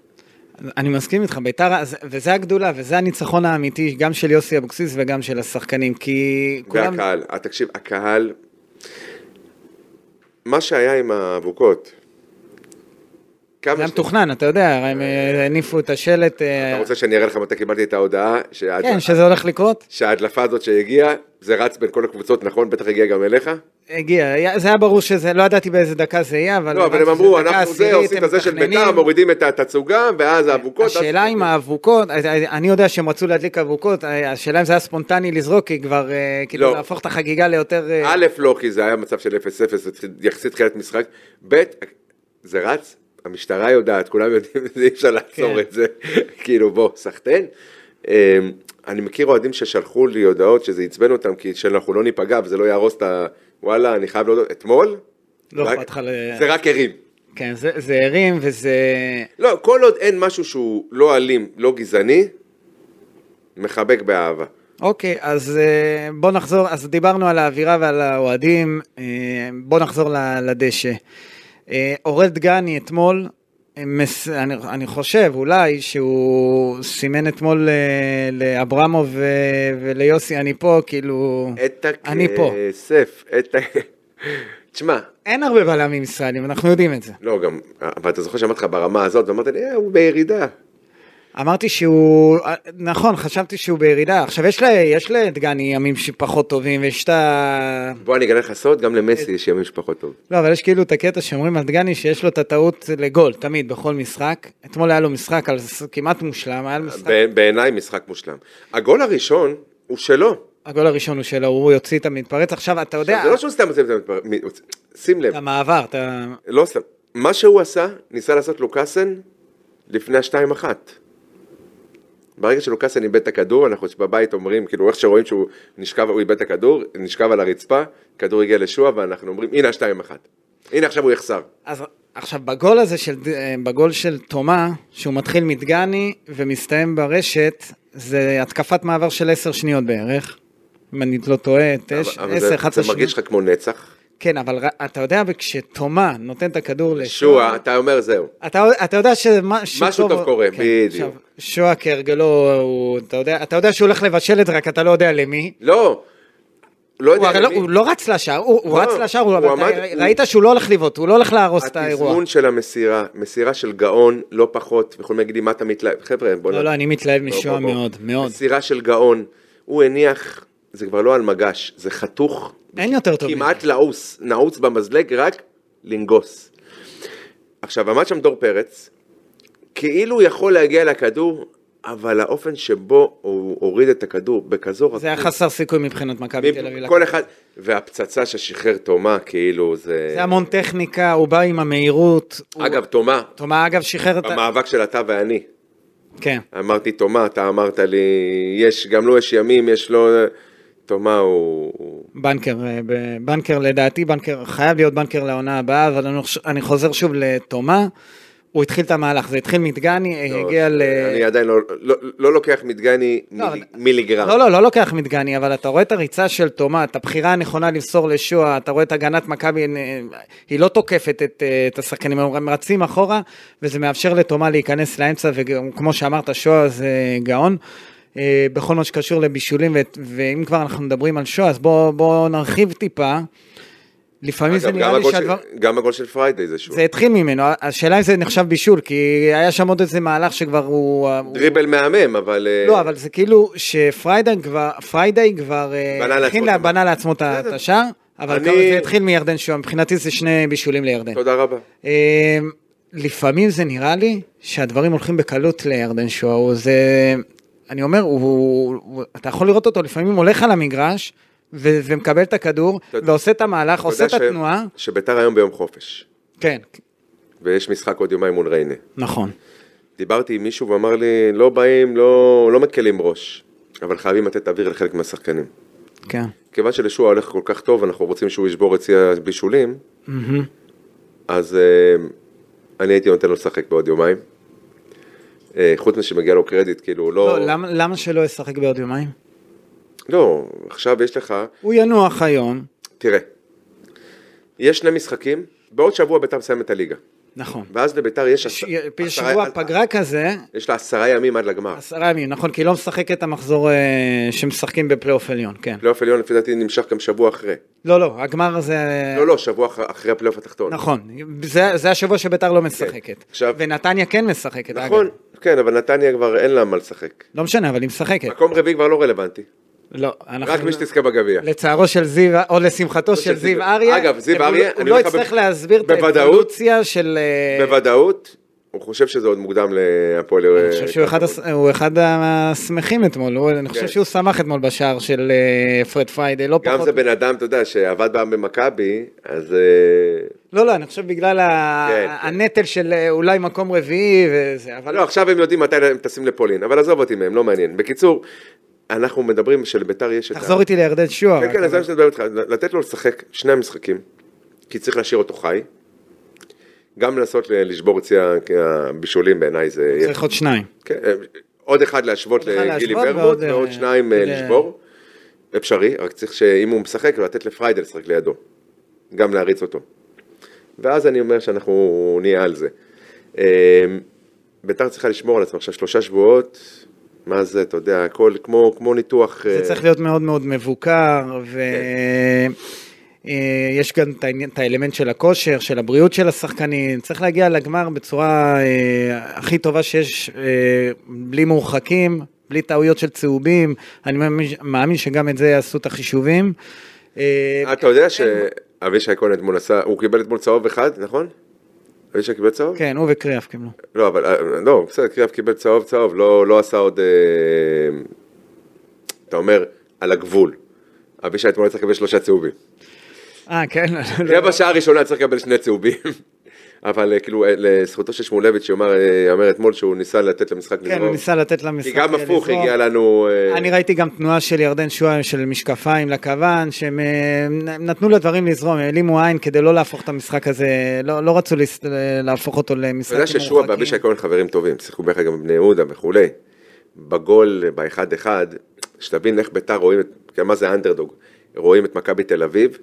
S2: אני מסכים איתך, ביתר, אז- וזה הגדולה, וזה הניצחון האמיתי, גם של יוסי אבוקסיס וגם של השחקנים, כי כולם...
S3: והקהל, אה, תקשיב, הקהל, מה שהיה עם האבוקות,
S2: זה
S3: כמה
S2: היה
S3: ש...
S2: מתוכנן, אתה יודע, הם אה, הניפו את השלט, אה,
S3: אתה רוצה שאני אראה לך מתי קיבלתי את ההודעה, שההד-
S2: כן, שזה הולך לקרות.
S3: שההדלפה הזאת שהגיעה, זה רץ בין כל הקבוצות, נכון? בטח הגיע גם אליך.
S2: הגיע, היה- זה היה ברור שזה, לא ידעתי באיזה דקה זה יהיה, אבל...
S3: לא, אבל הם
S2: הבנתי
S3: אמרו,
S2: שזה דקה
S3: אנחנו זה,
S2: עשירית,
S3: עושים את
S2: הם
S3: הזה של
S2: מתכננים.
S3: בית"ר, מורידים את התצוגה, ואז האבוקות. אז- אוקיי.
S2: השאלה אם האבוקות, אני יודע שהם רצו להדליק אבוקות, אה, השאלה אם זה היה ספונטני לזרוק, כי כבר, אה, כאילו,
S3: לא.
S2: להפוך את החגיגה ליותר... אה,
S3: א', לא, כי זה היה מצב של 0-0, יחסית תחילת משחק, ב', זה רץ, המשטרה יודעת, כולם יודעים, אי אפשר
S2: כן.
S3: לעצור את זה, כאילו בוא, סחטיין. אמ, אני מכיר אוהדים ששלחו לי הודעות שזה עצבן אותם, כי שאנחנו לא ניפגע וזה לא יהרוס את ה... וואלה, אני חייב להודות, אתמול?
S2: לא
S3: רק-
S2: אכפת לך ל...
S3: זה רק הרים.
S2: כן, זה זה הרים וזה...
S3: לא, כל עוד אין משהו שהוא לא אלים, לא גזעני, מחבק באהבה.
S2: אוקיי, אז אה, בוא נחזור, אז דיברנו על האווירה ועל האוהדים, אה, בוא נחזור ל- לדשא. אה, אורל דגני אתמול, אה, מס- אני, אני חושב אולי שהוא סימן אתמול אה, לאברמוב ו- וליוסי, אני פה, כאילו...
S3: את
S2: אני פה.
S3: הכסף, את ה... תשמע,
S2: אין הרבה בלמים ישראלים, אנחנו יודעים את זה.
S3: לא, גם, אבל אתה זוכר שאמרתי לך ברמה הזאת, ואמרת לי, אה, הוא בירידה.
S2: אמרתי שהוא, נכון, חשבתי שהוא בירידה. עכשיו, יש, לה, יש לדגני ימים שפחות טובים, ויש את ה...
S3: בוא אני אגלה לך סוד, גם למסי יש ימים שפחות טוב.
S2: לא, אבל יש כאילו את הקטע שאומרים על דגני שיש לו את הטעות לגול, תמיד, בכל משחק. אתמול היה לו משחק על... כמעט מושלם, היה לו משחק...
S3: ב- בעיניי משחק מושלם. הגול הראשון הוא שלו.
S2: הגול הראשון הוא שלו, הוא יוציא את המתפרץ. עכשיו, אתה יודע,
S3: עכשיו, זה לא שהוא סתם עושה את זה, מ- שים לב,
S2: את המעבר, אתה...
S3: לא סתם. מה שהוא עשה, ניסה לעשות לוקאסן לפני השתיים אחת. ברגע שלוקאסן איבד את הכדור, אנחנו בבית אומרים, כאילו איך שרואים שהוא נשכב, הוא איבד את הכדור, נשכב על הרצפה, הכדור הגיע לשועה, ואנחנו אומרים, הנה השתיים אחת. הנה עכשיו הוא יחסר.
S2: אז עכשיו, בגול הזה, של, אה, בגול של תומה, שהוא מתחיל מדגני ומסתיים ברשת, זה התקפת מעבר של עשר שניות בערך. אם אני לא טועה, תש-
S3: אבל- אבל זה-
S2: עשר, אחת
S3: זה מרגיש
S2: שניות.
S3: לך כמו נצח.
S2: כן, אבל ר- אתה יודע, כשתומה נותן את הכדור לשועה,
S3: שועה, אתה אומר זהו.
S2: אתה, אתה יודע שמשהו
S3: משהו טוב קורה, בדיוק.
S2: עכשיו, שועה כהרגלו, הוא- אתה יודע, אתה יודע שהוא הולך לבשל את זה, רק אתה לא יודע למי.
S3: לא, לא
S2: הוא,
S3: יודע
S2: הרי לא,
S3: למי.
S2: הוא לא רץ לשער, הוא, הוא
S3: לא,
S2: רץ לשער, הוא,
S3: הוא
S2: אבל אתה
S3: עמד-
S2: ראית שהוא לא הולך לבעוט, הוא לא הולך להרוס את האירוע.
S3: התזמון של המסירה, מסירה של גאון, לא פחות, יכולים להגיד לי מה אתה מתלהב, חבר'ה בוא
S2: לא,
S3: נ-
S2: לא, אני מתלהב
S3: בוא,
S2: משועה
S3: בוא, בוא.
S2: מאוד, מאוד.
S3: מסירה של גאון, הוא הניח, זה כבר לא על מגש, זה חתוך,
S2: אין יותר טוב. מזה.
S3: כמעט לעוס, נעוץ במזלג, רק לנגוס. עכשיו עמד שם דור פרץ, כאילו הוא יכול להגיע לכדור, אבל האופן שבו הוא הוריד את הכדור בכזו
S2: זה היה חסר סיכוי מבחינת מכבי תל אביב.
S3: לא. כל אחד, והפצצה ששחרר תומה, כאילו זה...
S2: זה המון טכניקה, הוא בא עם המהירות. הוא-
S3: אגב, תומה,
S2: תומה אגב שחרר את ה...
S3: במאבק של אתה ואני,
S2: כן.
S3: אמרתי תומה, אתה אמרת לי, יש, גם לו יש ימים, יש לו... תומה הוא... הוא-
S2: בנקר, אה, ב- בנקר לדעתי, בנקר, חייב להיות בנקר לעונה הבאה, אבל אני, חוש- אני חוזר שוב לתומה. הוא התחיל את המהלך, זה התחיל מדגני,
S3: לא,
S2: הגיע ל...
S3: אני עדיין לא- לא- לא לוקח מדגני
S2: לא,
S3: מיל-
S2: אבל-
S3: מיליגרם.
S2: לא, לא, לא לוקח מדגני, אבל אתה רואה את הריצה של תומה, את הבחירה הנכונה למסור לשועה, אתה רואה את הגנת מכבי, אה, היא לא תוקפת את, אה, את השחקנים, הם רצים אחורה, וזה מאפשר לתומה להיכנס לאמצע, וכמו שאמרת, שועה זה גאון. אה, בכל מה שקשור לבישולים, ו- ואם כבר אנחנו מדברים על שואה, אז בואו בוא נרחיב טיפה. לפעמים זה
S3: אגב,
S2: נראה
S3: גם
S2: לי
S3: הגול של-
S2: שהדבר...
S3: גם הגול של פריידי זה שוב.
S2: זה התחיל ממנו, השאלה אם זה נחשב בישול, כי היה שם עוד איזה מהלך שכבר הוא... הוא-
S3: דריבל מהמם, אבל... אה,
S2: לא, אבל זה כאילו שפריידי כבר, פריידי כבר אה,
S3: בנה לעצמו
S2: הכין
S3: את
S2: לה-
S3: המהלך.
S2: בנה לעצמו את ה- את
S3: בסדר.
S2: השער, אבל
S3: אני-
S2: כמה זה התחיל מירדן שועה, מבחינתי זה שני בישולים לירדן.
S3: תודה רבה.
S2: אה, לפעמים זה נראה לי שהדברים הולכים בקלות לירדן שואה, הוא זה, אני אומר, הוא, הוא, הוא, אתה יכול לראות אותו, לפעמים הולך על המגרש ו- ומקבל את הכדור,
S3: אתה-
S2: ועושה את המהלך,
S3: אתה
S2: עושה את
S3: יודע ש-
S2: התנועה,
S3: שביתר היום ביום חופש,
S2: כן,
S3: ויש משחק עוד יומיים מול ריינה.
S2: נכון.
S3: דיברתי עם מישהו ואמר לי, לא באים, לא, לא מקלים ראש, אבל חייבים לתת אוויר לחלק מהשחקנים.
S2: כן.
S3: כיוון שלשועה הולך כל כך טוב, אנחנו רוצים שהוא ישבור את שיא הבישולים,
S2: מהמם.
S3: אז אה, אני הייתי נותן לו לשחק בעוד יומיים. אה, חוץ משמגיע לו קרדיט, כאילו, הוא לא...
S2: לא, למה- למה שלא ישחק בעוד יומיים?
S3: לא, עכשיו יש לך,
S2: הוא ינוח היום,
S3: תראה, יש שני משחקים, בעוד שבוע ביתר מסיים את הליגה,
S2: נכון.
S3: ואז לביתר יש...
S2: ש-
S3: עשר-
S2: פיל
S3: עשרה-
S2: שבוע פגרה כזה,
S3: יש לה עשרה ימים עד לגמר.
S2: עשרה ימים, נכון, כי היא לא משחקת את המחזור אה, שמשחקים בפלייאוף עליון, כן.
S3: פלייאוף עליון לפי דעתי נמשך גם שבוע אחרי.
S2: לא, לא, הגמר הזה...
S3: לא, לא, שבוע אח- אחרי הפלייאוף התחתון.
S2: נכון, זה, זה השבוע שביתר לא משחקת.
S3: עכשיו-
S2: ונתניה כן משחקת,
S3: נכון,
S2: אגב.
S3: כן, אבל נתניה כבר אין לה מה לשחק.
S2: לא משנה, אבל היא משחקת.
S3: מקום רביעי כבר לא רלוונטי,
S2: לא, אנחנו...
S3: רק מי שתזכה בגביע.
S2: לצערו של זיו, או לשמחתו
S3: של
S2: של זיו
S3: זיו.
S2: אריה.
S3: אגב, זיו
S2: אבל הוא-
S3: אריה,
S2: הוא
S3: אני
S2: לא
S3: אומר לך
S2: הצליח
S3: ב-
S2: להסביר את
S3: בוודאות-
S2: האבולוציה של... אה,
S3: בוודאות, הוא חושב שזה עוד מוקדם להפועל. אה,
S2: אני חושב שהוא אחד, הס... הוא אחד השמחים אתמול, הוא... אני חושב
S3: כן.
S2: שהוא שמח אתמול בשער של אה, פרד פריידי, לא
S3: גם
S2: פחות.
S3: זה בן אדם, אתה יודע, שעבד פעם במכבי, אז אה,
S2: לא, לא, אני חושב בגלל ה...
S3: כן, כן.
S2: הנטל של אה, אולי מקום רביעי וזה, אבל...
S3: לא, עכשיו הם יודעים מתי הם טסים לפולין, אבל עזוב אותי מהם, לא מעניין. בקיצור, אנחנו מדברים שלביתר יש את ה...
S2: תחזור איתי לירדן שועה.
S3: כן,
S2: רק,
S3: כן, אז
S2: אבל-
S3: זה מה שאני מדבר איתך, לתת לו לשחק שני המשחקים, כי צריך להשאיר אותו חי. גם לנסות ל- לשבור את שיא ה- הבישולים בעיניי זה... יהיה-
S2: צריך עוד שניים.
S3: כן, אה, עוד אחד להשוות
S2: עוד אחד
S3: לגילי
S2: להשוות
S3: ברמוט,
S2: ועוד, אה,
S3: ועוד שניים אה,
S2: ל-
S3: לשבור. אפשרי, רק צריך שאם הוא משחק, לתת לפריידל לשחק לידו. גם להריץ אותו. ואז אני אומר שאנחנו נהיה על זה. אה, ביתר צריכה לשמור על עצמה עכשיו שלושה שבועות, מה זה, אתה יודע, הכל כמו, כמו ניתוח...
S2: זה
S3: אה,
S2: צריך להיות מאוד מאוד מבוקר,
S3: כן.
S2: ויש גם את העניין- את האלמנט של הכושר, של הבריאות של השחקנים, צריך להגיע לגמר בצורה אה, הכי טובה שיש, אה, בלי מורחקים, בלי טעויות של צהובים, אני מאמין- מאמין שגם את זה יעשו את החישובים. אה,
S3: אתה יודע שאבישי כהן אתמול עשה, הוא קיבל אתמול צהוב אחד, נכון? אבישי קיבל צהוב?
S2: כן, הוא וקריאף קיבלו.
S3: לא, אבל, אה, לא, בסדר, קריאף קיבל צהוב צהוב, לא, לא עשה עוד, אה, אתה אומר, על הגבול. אבישי אתמול צריך לקבל שלושה צהובים.
S2: אה, כן, לא, לא,
S3: קריאף בשעה הראשונה צריך לקבל שני צהובים. אבל אה, כאילו, אה, לזכותו של שמואלביץ' שאמר אה, אמר אתמול שהוא ניסה לתת למשחק
S2: כן, הוא
S3: לזרום.
S2: ניסה לתת למשחק
S3: לא- כי גם הפוך
S2: לזרום.
S3: הגיע לנו... אה,
S2: אני ראיתי גם תנועה של ירדן שועה של משקפיים לכוון, שהם אה, נ- נתנו לדברים לזרום, העלימו עין כדי לא להפוך את המשחק הזה, לא, לא רצו להס- להפוך אותו
S3: אתה
S2: למשחק
S3: יודע ששועה ואבישי כהן חברים טובים, שיחקו ביחד גם בבני יהודה וכולי. בגול, באחד אחד, שתבין איך ביתר רואים, את- מה זה אנדרדוג, רואים את מכבי תל אביב,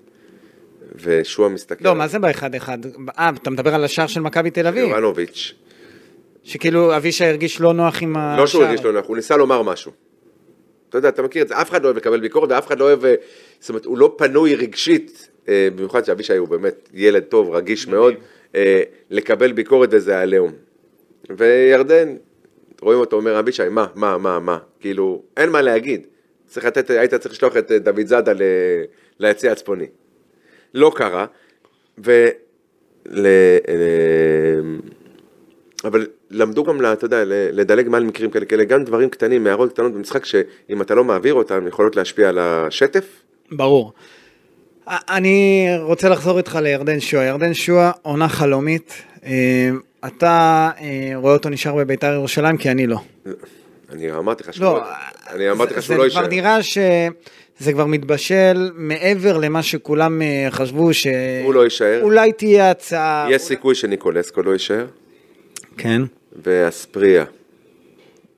S3: ושועה מסתכל.
S2: לא,
S3: על
S2: מה זה באחד אחד? אה, אתה מדבר על השער של מכבי תל אביב,
S3: לא- יובנוביץ'.
S2: שכאילו אבישי הרגיש לא נוח עם השער.
S3: לא שהוא הרגיש לא נוח, הוא ניסה לומר משהו. אתה יודע, אתה מכיר את זה, אף אחד לא אוהב לקבל ביקורת, ואף אחד לא אוהב, אה, זאת אומרת, הוא לא פנוי רגשית, אה, במיוחד שאבישי הוא באמת ילד טוב, רגיש מאוד, אה, לקבל ביקורת וזה עליהום. וירדן, רואים אותו אומר, אבישי, מה, מה, מה, מה, כאילו, אין מה להגיד. צריך לתת, היית צריך לשלוח את אה, דוד זאדה ל- ליציע הצפוני. לא אה, קרה, ו... ל... ל- אבל למדו גם, אתה יודע, לדלג מעל מקרים כאלה, כאלה, גם דברים קטנים, הערות קטנות במשחק, שאם אתה לא מעביר אותם, יכולות להשפיע על השטף.
S2: ברור. אני רוצה לחזור איתך לירדן שואה. ירדן שואה, עונה חלומית. אה, אתה אה, רואה אותו נשאר בביתר ירושלים, כי אני לא.
S3: אני אמרתי לך שהוא
S2: לא,
S3: לא- אני אמרתי לך
S2: זה-
S3: שהוא לא
S2: זה
S3: יישאר.
S2: כבר נראה שזה כבר מתבשל מעבר למה שכולם אה, חשבו ש...
S3: הוא לא יישאר.
S2: אולי תהיה הצעה.
S3: יש סיכוי שניקולסקו לא יישאר,
S2: כן.
S3: ואספריה.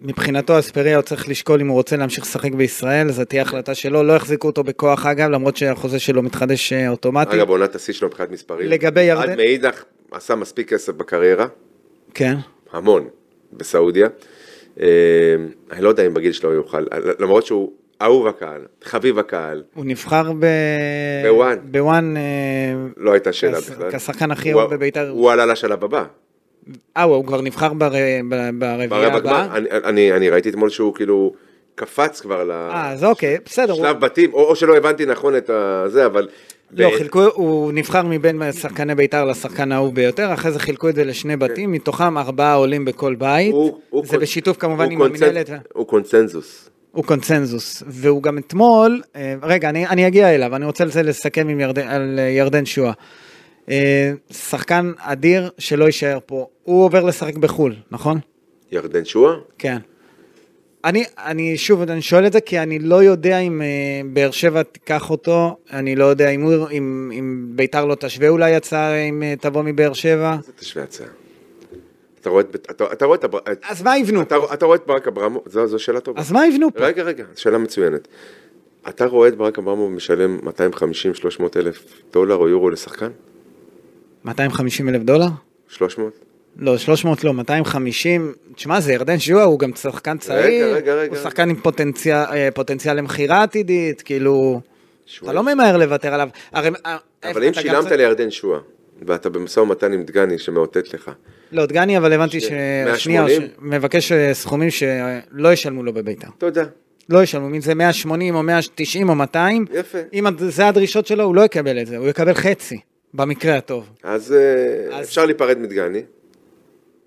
S2: מבחינתו אספריה הוא צריך לשקול אם הוא רוצה להמשיך לשחק בישראל, זו תהיה החלטה שלו, לא יחזיקו אותו בכוח אגב, למרות שהחוזה שלו מתחדש אה, אוטומטית.
S3: אגב, עונת השיא שלו מבחינת מספרים.
S2: לגבי ירדן-
S3: עד מאידך עשה מספיק כסף בקריירה,
S2: כן.
S3: המון, בסעודיה. אה, אני לא יודע אם בגיל שלו הוא יוכל, למרות שהוא אהוב הקהל, חביב הקהל,
S2: הוא נבחר ב...
S3: בוואן.
S2: בוואן. אה,
S3: לא הייתה שאלה
S2: כס-
S3: בכלל.
S2: כשחקן הכי
S3: הוא-
S2: אהוב בבית"ר.
S3: הוא עלה לשלב הבא.
S2: אה, הוא כבר נבחר בר... ב- ברביעייה
S3: ברבע גמר,
S2: הבאה?
S3: אני- אני- אני ראיתי אתמול שהוא כאילו קפץ כבר ל...
S2: אה, אז אוקיי, בסדר. הוא-
S3: שלב בתים, או או שלא הבנתי נכון את ה- זה, אבל...
S2: לא,
S3: ב-
S2: חילקו, הוא נבחר מבין שחקני בית"ר לשחקן האהוב ביותר, אחרי זה חילקו את זה לשני בתים, מתוכם ארבעה עולים בכל בית.
S3: כן. הוא- הוא
S2: זה
S3: קונ-
S2: בשיתוף כמובן
S3: הוא
S2: עם
S3: קונצנ-
S2: המנהלת.
S3: הוא קונצנזוס.
S2: הוא קונצנזוס, והוא גם אתמול, אה, רגע, אני, אני אגיע אליו, אני רוצה לזה לסכם עם ירדן, על אה, ירדן שואה. אה, שחקן אדיר שלא יישאר פה, הוא עובר לשחק בחו"ל, נכון?
S3: ירדן שואה?
S2: כן. אני, אני שוב, אני שואל את זה כי אני לא יודע אם אה, באר שבע תיקח אותו, אני לא יודע אם, הוא- אם, אם ביתר לא תשווה אולי הצעה אם אה, תבוא מבאר שבע.
S3: זה תשווה הצעה. אתה רואה את... אתה- אתה רואה את... הבר- את-
S2: אז מה יבנו?
S3: אתה, אתה רואה את ברק אברמוב, זו, זו שאלה טובה.
S2: אז מה יבנו פה?
S3: רגע, רגע, שאלה מצוינת. אתה רואה את ברק אברמוב משלם 250-300 אלף דולר או יורו לשחקן?
S2: 250 אלף דולר?
S3: 300?
S2: לא, 300 לא, 250. תשמע, זה ירדן שועה, הוא גם שחקן צעיר.
S3: רגע, רגע,
S2: הוא
S3: רגע.
S2: שחקן עם פוטנציאל, אה, פוטנציאל למכירה עתידית, כאילו... אתה
S3: שועה.
S2: לא ממהר לוותר עליו. הרי, אה,
S3: אבל אם
S2: אתה גם
S3: שילמת
S2: צריך-
S3: לירדן שואה, ואתה במשא ומתן עם דגני שמאותת לך,
S2: לא, דגני, אבל הבנתי
S3: ש-
S2: ש...
S3: 180?
S2: שנייה, ש- מבקש אה, סכומים שלא ישלמו לו בביתר.
S3: אתה יודע,
S2: לא ישלמו, אם זה 180 או 190 או 200,
S3: יפה.
S2: אם הד- זה הדרישות שלו, הוא לא יקבל את זה, הוא יקבל חצי, במקרה הטוב.
S3: אז, אה,
S2: אז-
S3: אפשר להיפרד מדגני.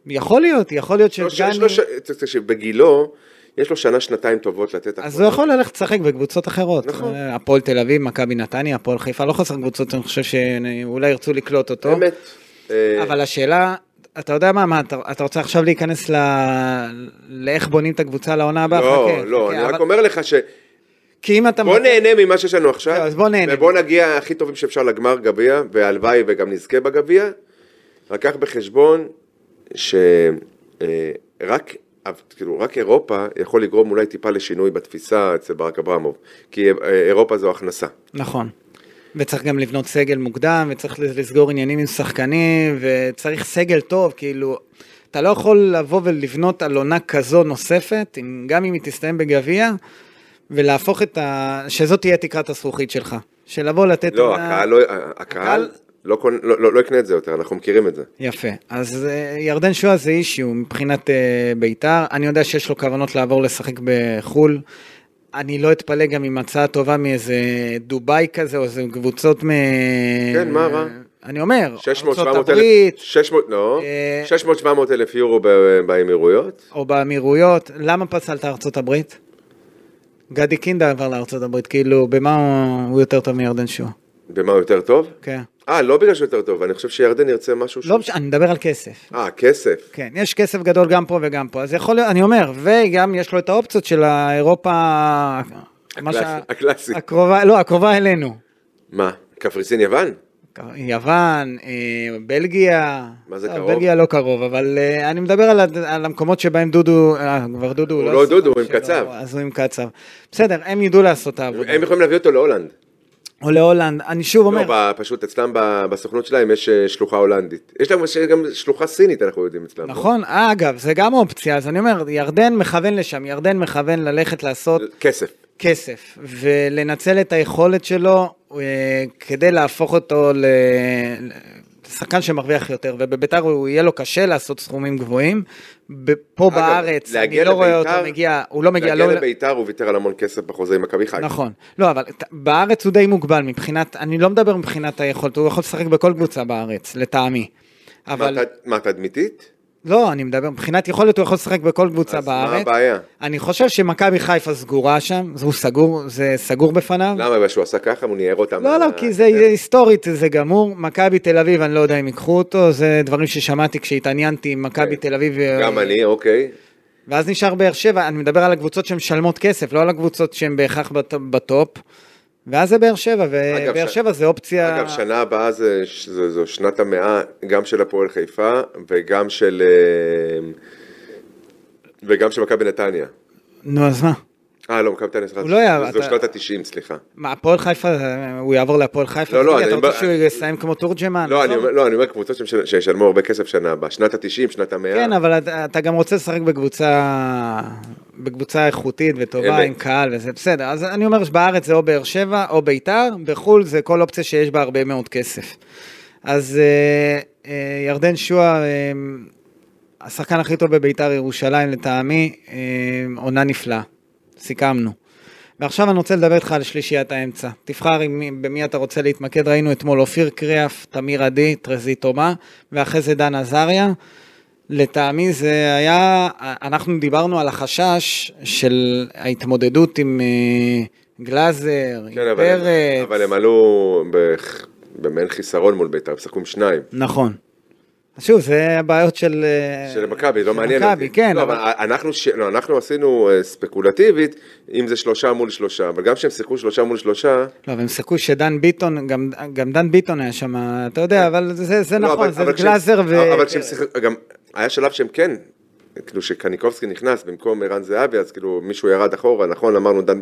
S2: יכול להיות, יכול להיות
S3: לא, ש-
S2: שדגני...
S3: יש לו ש- תקשיב, בגילו, יש לו שנה, שנתיים טובות לתת
S2: אז
S3: הכל.
S2: הוא יכול ללכת לשחק בקבוצות אחרות.
S3: נכון.
S2: אה, הפועל תל אביב, מכבי נתניה, הפועל חיפה, לא חסר קבוצות, אני חושב שאולי ירצו לקלוט אותו.
S3: אמת. אה,
S2: אבל השאלה, אתה יודע מה, מה, אתה, אתה רוצה עכשיו להיכנס ל... לאיך בונים את הקבוצה לעונה הבאה?
S3: לא,
S2: חכה,
S3: לא,
S2: חכה,
S3: אני רק
S2: אבל-
S3: אומר לך ש...
S2: כי אם אתה...
S3: בוא נהנה ממה שיש לנו עכשיו,
S2: לא, אז בוא נהנה.
S3: ובוא נגיע הכי טובים שאפשר לגמר גביע, והלוואי וגם נזכה בגביע. רק קח בחשבון שרק כאילו, רק אירופה יכול לגרום אולי טיפה לשינוי בתפיסה אצל ברק אברמוב, כי אה, אירופה זו הכנסה.
S2: נכון. וצריך גם לבנות סגל מוקדם, וצריך לסגור עניינים עם שחקנים, וצריך סגל טוב, כאילו... אתה לא יכול לבוא ולבנות על עונה כזו נוספת, אם, גם אם היא תסתיים בגביע, ולהפוך את ה... שזאת תהיה תקרת הזכוכית שלך. של לבוא לתת
S3: לא,
S2: עונה-
S3: הקהל, לא, הקהל לא, קונ- לא, לא, לא יקנה את זה יותר, אנחנו מכירים את זה.
S2: יפה. אז אה, ירדן שואה זה אישיו מבחינת אה, בית"ר. אני יודע שיש לו כוונות לעבור לשחק בחו"ל. אני לא אתפלא גם עם הצעה טובה מאיזה דובאי כזה, או איזה קבוצות מ...
S3: כן, מה רע?
S2: אני אומר,
S3: 600, 700
S2: ארצות
S3: אלף,
S2: הברית,
S3: 600, לא,
S2: אה,
S3: 600, 700 אלף יורו ב- באמירויות,
S2: או באמירויות. למה פסלת ארצות הברית? גדי קינדה עבר לארצות הברית, כאילו, במה הוא- הוא יותר טוב מירדן שואה?
S3: במה הוא יותר טוב?
S2: כן.
S3: אה, לא בגלל שהוא יותר טוב, אני חושב שירדן ירצה משהו
S2: לא משנה, אני מדבר על כסף.
S3: אה, כסף.
S2: כן, יש כסף גדול גם פה וגם פה, אז יכול להיות, אני אומר, וגם יש לו את האופציות של האירופה... מה
S3: הקלאסי,
S2: שה-
S3: הקלאסי.
S2: הקרובה, לא, הקרובה אלינו.
S3: מה? קפריסין יוון?
S2: יוון, אה, בלגיה.
S3: מה זה
S2: לא,
S3: קרוב?
S2: בלגיה לא קרוב, אבל אה, אני מדבר על הד- על המקומות שבהם דודו, אה, כבר דודו
S3: הוא לא דודו, הוא עם
S2: שלו,
S3: קצב.
S2: אז הוא עם קצב. בסדר, הם ידעו לעשות את העבודה.
S3: הם יכולים להביא אותו להולנד.
S2: או להולנד, אני שוב
S3: לא,
S2: אומר,
S3: ב- פשוט אצלם ב- בסוכנות שלהם יש אה, שלוחה הולנדית. יש להם יש גם שלוחה סינית, אנחנו יודעים אצלם.
S2: נכון, אה, אגב, זה גם אופציה, אז אני אומר, ירדן מכוון לשם, ירדן מכוון ללכת לעשות
S3: כסף.
S2: כסף, ולנצל את היכולת שלו אה, כדי להפוך אותו ל- לשחקן שמרוויח יותר, ובביתר הוא יהיה לו קשה לעשות סכומים גבוהים. ב- פה
S3: אגב,
S2: בארץ,
S3: להגיע
S2: אני לא רואה
S3: לביתר-
S2: אותו מגיע, הוא לא מגיע,
S3: להגיע
S2: לא...
S3: לביתר הוא ויתר על המון כסף בחוזה עם מכבי חיפה.
S2: נכון, לא, אבל ת- בארץ הוא די מוגבל מבחינת, אני לא מדבר מבחינת היכולת, הוא יכול לשחק בכל קבוצה בארץ, לטעמי.
S3: מה,
S2: אבל
S3: ת- מה, תדמיתית?
S2: לא, אני מדבר, מבחינת יכולת הוא יכול לשחק בכל קבוצה
S3: אז מה
S2: בארץ.
S3: הבעיה?
S2: אני חושב שמכבי חיפה סגורה שם, זה הוא סגור, זה סגור בפניו.
S3: למה? בגלל שהוא עשה ככה, הוא ניער אותם.
S2: אה.
S3: אה,
S2: לא, לא, כי
S3: כן.
S2: זה זה היסטורית, זה גמור. מכבי תל אביב, אני לא יודע אם ייקחו אותו, זה דברים ששמעתי כשהתעניינתי עם מכבי תל אביב.
S3: כן.
S2: אה,
S3: גם אני, אוקיי.
S2: ואז נשאר באר שבע, אני מדבר על הקבוצות שמשלמות כסף, לא על הקבוצות שהן בהכרח בת- בטופ. ואז זה באר שבע,
S3: אגב,
S2: ובאר
S3: ש-
S2: שבע זה אופציה...
S3: אגב, שנה הבאה זה- זו זו שנת המאה, גם של הפועל חיפה וגם של... אה, וגם של מכבי נתניה.
S2: נו, אז מה?
S3: אה, לא, מכבי נתניה, סליחה.
S2: הוא לא היה-
S3: זו
S2: אתה- אה,
S3: שנת התשעים, סליחה.
S2: מה, הפועל חיפה, אה, הוא יעבור להפועל חיפה?
S3: לא, לא,
S2: תגיד לי,
S3: אני
S2: אתה רוצה
S3: בא-
S2: שהוא יסיים כמו תורג'מן?
S3: לא, אני אומר- לא, אני אומר קבוצות שמשל- שישלמו הרבה כסף שנה הבאה. שנת התשעים, שנת המאה.
S2: כן, אבל אתה- אתה גם רוצה לשחק בקבוצה... בקבוצה איכותית וטובה
S3: אמת.
S2: עם קהל וזה בסדר. אז אני אומר שבארץ זה או באר שבע או ביתר, בחו"ל זה כל אופציה שיש בה הרבה מאוד כסף. אז אה, אה, ירדן שועה, אה, השחקן הכי טוב בביתר ירושלים לטעמי, אה, עונה נפלאה. סיכמנו. ועכשיו אני רוצה לדבר איתך על שלישיית האמצע. תבחר עם, מי- במי אתה רוצה להתמקד. ראינו אתמול אופיר קריאף, תמיר עדי, טרזי תומה, ואחרי זה דן עזריה. לטעמי זה היה, אנחנו דיברנו על החשש של ההתמודדות עם אה, גלאזר,
S3: כן,
S2: עם
S3: אבל הם-
S2: פרץ.
S3: אבל הם עלו בח- במעין חיסרון מול בית"ר, הם שחקו עם שניים.
S2: נכון. אז שוב, זה הבעיות של... אה,
S3: של מכבי, לא
S2: של
S3: מעניין
S2: מכבי,
S3: אותי.
S2: כן,
S3: לא,
S2: אבל...
S3: אבל אנחנו, ש... לא, אנחנו עשינו אה, ספקולטיבית, אם זה שלושה מול שלושה, אבל גם כשהם שיחקו שלושה מול שלושה,
S2: לא, והם סקרו שדן ביטון, גם, גם דן ביטון היה שם, אתה יודע, אבל זה, זה
S3: לא,
S2: נכון,
S3: אבל-
S2: זה
S3: אבל
S2: גלאזר
S3: כשהם- אה,
S2: ו...
S3: אבל כשהם שיחקו, גם היה שלב שהם כן, כאילו שקניקובסקי נכנס במקום ערן זהבי, אז כאילו מישהו ירד אחורה, נכון, אמרנו דן...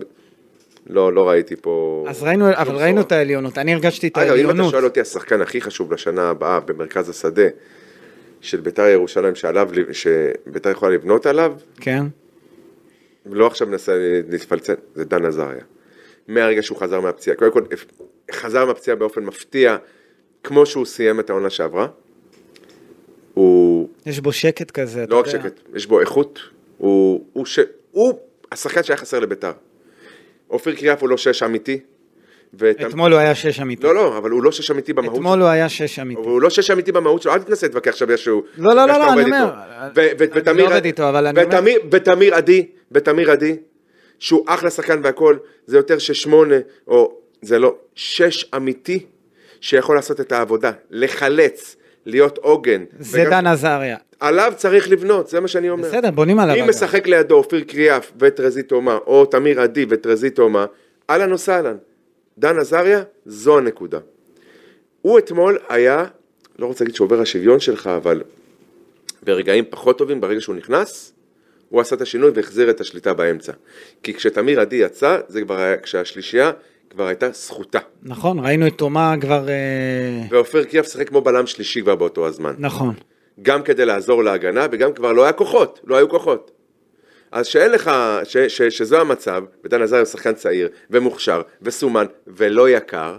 S3: לא, לא ראיתי פה...
S2: אז ראינו,
S3: שום
S2: אבל
S3: בשורה.
S2: ראינו את העליונות, אני הרגשתי את
S3: לא אגב, אם אתה
S2: העליונות.
S3: שואל אותי, השחקן הכי חשוב לשנה הבאה במרכז השדה של בית"ר ירושלים, שעליו, שבית"ר יכולה לבנות עליו,
S2: כן,
S3: לא עכשיו מנסה להתפלצן, זה דן עזריה. מהרגע שהוא חזר מהפציעה, קודם כל חזר מהפציעה באופן מפתיע, כמו שהוא סיים את העונה שעברה. הוא
S2: יש בו שקט כזה, אתה
S3: לא רק
S2: יודע.
S3: שקט, יש בו איכות, הוא, הוא, ש... הוא השחקן שהיה חסר לביתר. אופיר קריאף הוא לא שש אמיתי. ואת...
S2: אתמול הוא היה שש אמיתי.
S3: לא, לא, אבל הוא לא שש אמיתי במהות.
S2: אתמול הוא היה שש אמיתי.
S3: הוא לא שש אמיתי במהות שלו, אל תנסה להתווכח עכשיו שהוא...
S2: לא, לא, לא,
S3: שאתה
S2: לא, אני
S3: עובד
S2: אומר,
S3: איתו. ו- ו-
S2: אני לא
S3: ותמיר-
S2: עובד איתו, אבל אני אומר-
S3: ותמיר- ותמיר עדי, ותמיר עדי, שהוא אחלה שחקן והכל, זה יותר שש שמונה, או זה לא, שש אמיתי, שיכול לעשות את העבודה, לחלץ, להיות עוגן.
S2: זה
S3: וגם-
S2: דן עזריה.
S3: עליו צריך לבנות, זה מה שאני אומר.
S2: בסדר, בונים עליו.
S3: אם
S2: אגב.
S3: משחק לידו אופיר קריאף וטרזי תומה, או תמיר עדי וטרזי תומה, אהלן וסהלן. דן עזריה, זו הנקודה. הוא אתמול היה, לא רוצה להגיד שעובר השוויון שלך, אבל ברגעים פחות טובים, ברגע שהוא נכנס, הוא עשה את השינוי והחזיר את השליטה באמצע. כי כשתמיר עדי יצא, זה כבר היה, כשהשלישייה כבר הייתה סחוטה.
S2: נכון, ראינו את תומה כבר... אה,
S3: ואופיר קריאף שיחק כמו בלם שלישי כבר באותו הזמן.
S2: נכון.
S3: גם כדי לעזור להגנה וגם כבר לא היה כוחות, לא היו כוחות. אז שאין לך, ש, ש, שזה המצב, ודן עזריה הוא שחקן צעיר ומוכשר וסומן ולא יקר,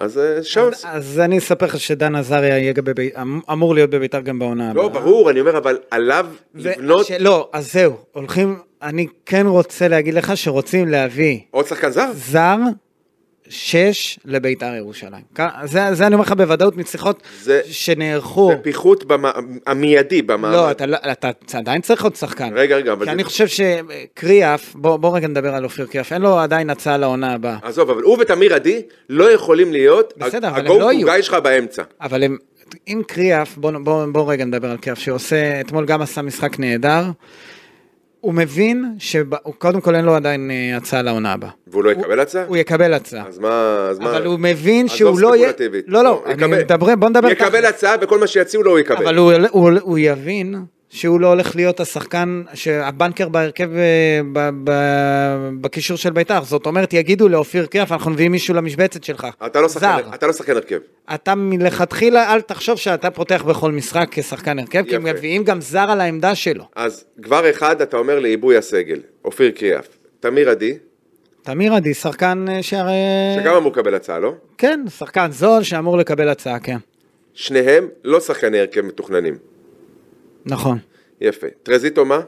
S3: אז אה, שם,
S2: אז- אז אני אספר לך שדן עזריה יהיה גם בבי- אמ- אמור להיות בביתר גם בעונה הבאה.
S3: לא ברור, אני אומר, אבל עליו
S2: ו-
S3: לבנות
S2: ש- לא, אז זהו, הולכים, אני כן רוצה להגיד לך שרוצים להביא
S3: עוד שחקן זר,
S2: זר שש לביתר ירושלים. כ- זה, זה אני אומר לך בוודאות משיחות
S3: זה-
S2: שנערכו.
S3: זה פיחות במע... המיידי במעמד.
S2: לא, אתה, לא- אתה, אתה עדיין צריך עוד שחקן.
S3: רגע, רגע, אבל
S2: כי
S3: זה...
S2: אני חושב שקריאף, בוא, בוא רגע נדבר על אופיר קריאף, אין לו עדיין הצעה לעונה הבאה.
S3: עזוב, אבל הוא ותמיר עדי לא יכולים להיות
S2: בסדר, אבל הם
S3: הגו
S2: לא יהיו.
S3: שלך באמצע.
S2: אבל הם, אם קריאף, בוא, בוא, בוא רגע נדבר על קריאף, שעושה, אתמול גם עשה משחק נהדר, הוא מבין שקודם כל אין לו עדיין אה, הצעה לעונה הבאה.
S3: והוא לא יקבל הצעה?
S2: הוא יקבל הצעה.
S3: אז מה... אז מה-
S2: אבל הוא מבין
S3: עזוב
S2: שהוא לא יהיה...
S3: ספקולטיבית.
S2: לא, לא,
S3: הוא
S2: אני
S3: יקבל-
S2: מדבר, בוא נדבר
S3: יקבל הצעה וכל מה שיציעו לו הוא יקבל.
S2: אבל הוא, הוא, הוא יבין שהוא לא הולך להיות השחקן, שהבנקר בהרכב, אה, ב- ב- בקישור של בית"ר. זאת אומרת, יגידו לאופיר קריאף, אנחנו מביאים מישהו למשבצת שלך.
S3: אתה לא שחקן,
S2: זר.
S3: אתה לא שחקן הרכב.
S2: אתה מלכתחילה, אל תחשוב שאתה פותח בכל משחק כשחקן הרכב, כי הם
S3: יפה.
S2: מביאים גם זר על העמדה שלו.
S3: אז כבר אחד אתה אומר לעיבוי הסגל, אופיר קריאף, תמיר עדי,
S2: תמיר עדי, שחקן אה, שהרי...
S3: שגם אמור לקבל הצעה, לא?
S2: כן, שחקן זול שאמור לקבל הצעה, כן.
S3: שניהם לא שחקני הרכב מתוכננים.
S2: נכון,
S3: יפה. טרזיטו מה?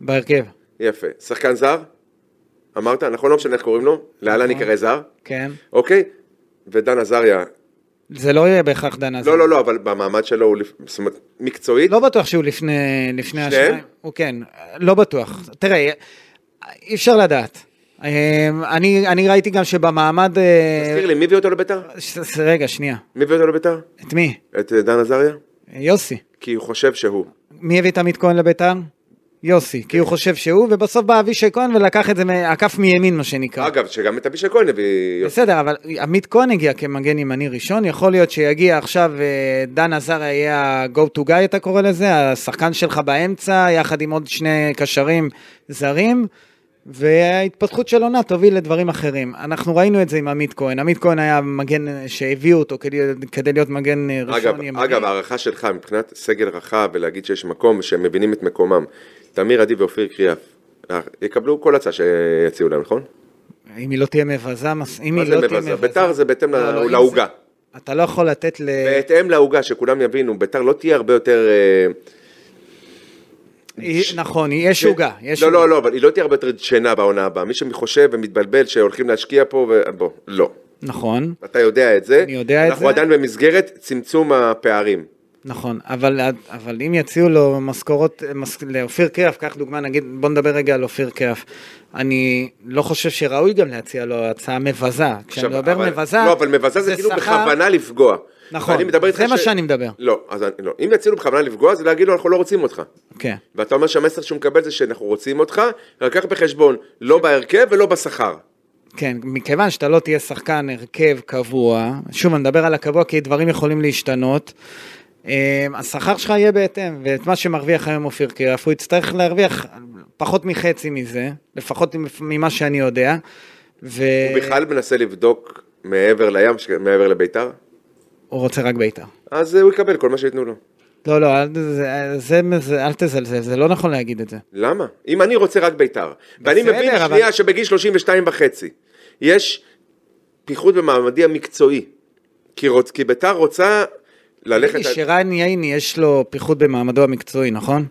S2: בהרכב.
S3: יפה. שחקן זר? אמרת? נכון, לא משנה איך קוראים לו, להלן
S2: נכון.
S3: יקרא זר,
S2: כן,
S3: אוקיי? ודן עזריה,
S2: זה לא יהיה בהכרח דן עזריה.
S3: לא, לא, לא, אבל במעמד שלו הוא, לפ- זאת אומרת, מקצועית,
S2: לא בטוח שהוא לפני, לפני
S3: שניהם?
S2: השניים. הוא כן, לא בטוח. תראה, אי אפשר לדעת. אה, אני, אני ראיתי גם שבמעמד... אה,
S3: תזכיר לי, מי הביא אותו לביתר?
S2: ש- ש- רגע, שנייה.
S3: מי הביא אותו לביתר?
S2: את מי?
S3: את אה, דן עזריה?
S2: יוסי.
S3: כי הוא חושב שהוא.
S2: מי הביא את עמית כהן לביתר? יוסי,
S3: כן.
S2: כי הוא חושב שהוא, ובסוף בא אבישי כהן ולקח את זה, מ- עקף מימין מה שנקרא.
S3: אגב, שגם את אבישי כהן הביא... יוסי.
S2: בסדר, אבל עמית כהן הגיע כמגן ימני ראשון, יכול להיות שיגיע עכשיו, אה, דן עזריה יהיה ה-go to guy, אתה קורא לזה, השחקן שלך באמצע, יחד עם עוד שני קשרים זרים, וההתפתחות של עונה תוביל לדברים אחרים. אנחנו ראינו את זה עם עמית כהן, עמית כהן היה מגן אה, שהביאו אותו כדי, כדי להיות מגן אה, ראשון
S3: אגב,
S2: ימני.
S3: אגב, הערכה שלך מבחינת סגל רחב ולהגיד שיש מקום ושהם מבינים את מקומם, תמיר עדי ואופיר קריאף, אה, יקבלו כל הצעה שיציעו להם, נכון?
S2: אם היא לא תהיה מבזה, מס- אם
S3: מה
S2: היא
S3: זה
S2: לא תהיה
S3: מבזה?
S2: מבזה.
S3: ביתר זה בהתאם
S2: לא, לא, אם
S3: ל-
S2: זה-
S3: לעוגה.
S2: אתה לא יכול לתת ל...
S3: בהתאם לעוגה, שכולם יבינו, ביתר לא תהיה הרבה יותר... אה,
S2: היא- נכון, יש עוגה. יש
S3: לא,
S2: עוגה.
S3: לא, לא, אבל היא לא תהיה הרבה יותר דשנה בעונה הבאה. מי שחושב ומתבלבל שהולכים להשקיע פה, ו- בוא, לא.
S2: נכון.
S3: אתה יודע את זה.
S2: אני יודע את
S3: אנחנו
S2: זה.
S3: עדיין במסגרת צמצום הפערים.
S2: נכון, אבל, אבל אם יציעו לו משכורות, מס, לאופיר קריאף, קח דוגמה, נגיד, בוא נדבר רגע על אופיר קריאף. אני לא חושב שראוי גם להציע לו הצעה מבזה. כשאני
S3: עכשיו,
S2: מדבר
S3: אבל-
S2: מבזה,
S3: לא, אבל מבזה זה כאילו
S2: שכר-
S3: בכוונה לפגוע.
S2: נכון,
S3: ואני מדבר איתך
S2: זה מה
S3: ש-
S2: שאני מדבר.
S3: לא, אז אני- לא. אם יצאו לו בכוונה לפגוע, זה להגיד לו, אנחנו לא רוצים אותך.
S2: כן,
S3: ואתה אומר שהמסר שהוא מקבל זה שאנחנו רוצים אותך, רק קח בחשבון, לא בהרכב ולא בשכר.
S2: כן, מכיוון שאתה לא תהיה שחקן הרכב קבוע, שוב, אני מדבר על הקבוע כי דברים יכולים להשתנות. אה, השכר שלך יהיה בהתאם, ואת מה שמרוויח היום אופיר קריאף, הוא יצטרך להרוויח פחות מחצי מזה, לפחות ממה שאני יודע. ו...
S3: הוא בכלל מנסה לבדוק מעבר לים, ש- מעבר לביתר,
S2: הוא רוצה רק בית"ר.
S3: אז אה, הוא יקבל כל מה שייתנו לו.
S2: לא, לא, אל, זה, זה, זה, אל תזלזל, זה לא נכון להגיד את זה.
S3: למה? אם אני רוצה רק ביתר, ואני
S2: בסדר,
S3: מבין
S2: אבל-
S3: שנייה שבגיל 32 וחצי, יש פיחות במעמדי המקצועי, כי, רוצ... כי ביתר רוצה ללכת...
S2: תגיד לי, שרן ייני יש לו פיחות במעמדו המקצועי, נכון?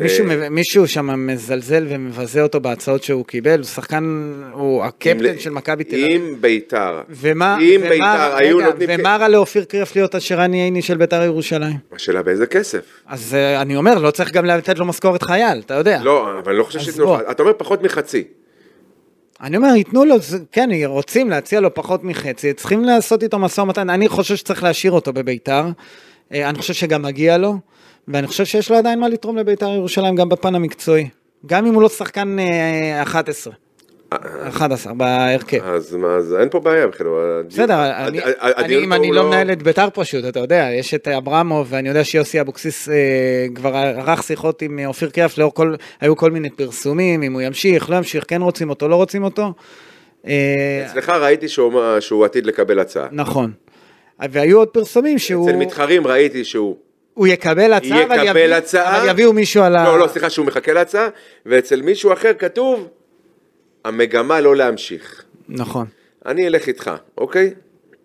S3: אה,
S2: מישהו, מב- מישהו שם מזלזל ומבזה אותו בהצעות שהוא קיבל, הוא שחקן, הוא הקפטן של מכבי תל אביב.
S3: אם ביתר,
S2: ומה,
S3: אם
S2: ומה-
S3: ביתר היו
S2: רגע,
S3: נותנים...
S2: ומה רע לאופיר קריאף להיות השרן ייני של ביתר ירושלים?
S3: השאלה באיזה כסף?
S2: אז אה, אני אומר, לא צריך גם לתת לו משכורת חייל, אתה יודע.
S3: לא, אבל אני לא חושב
S2: אה. אז
S3: שייתנו
S2: בוא.
S3: לך, אתה אומר פחות מחצי.
S2: אני אומר, ייתנו לו, זה- כן, רוצים להציע לו פחות מחצי, צריכים לעשות איתו משא ומתן. אני חושב שצריך להשאיר אותו בביתר, אה, אני חושב שגם מגיע לו, ואני חושב שיש לו עדיין מה לתרום לביתר ירושלים גם בפן המקצועי. גם אם הוא לא שחקן אה, 11, 11 בהרכב.
S3: אז מה, אז אין פה בעיה בכלל. הדיון-
S2: בסדר,
S3: הד-
S2: אני-
S3: הד- הדיון
S2: אני- אם
S3: פה
S2: אני
S3: הוא
S2: לא מנהל את ביתר פשוט, אתה יודע, יש את אברמוב, ואני יודע שיוסי אבוקסיס אה, כבר ערך שיחות עם אה, אופיר קריאף, לאור כל, היו כל מיני פרסומים, אם הוא ימשיך, לא ימשיך, כן רוצים אותו, לא רוצים אותו. אה,
S3: אצלך ראיתי שהוא שהוא עתיד לקבל הצעה.
S2: נכון. והיו עוד פרסומים שהוא
S3: אצל מתחרים ראיתי שהוא...
S2: הוא יקבל הצעה, אבל,
S3: יקבל
S2: יביא,
S3: הצעה.
S2: אבל יביאו מישהו על ה...
S3: לא, לא, סליחה, שהוא מחכה להצעה, ואצל מישהו אחר כתוב, המגמה לא להמשיך.
S2: נכון.
S3: אני אלך איתך, אוקיי?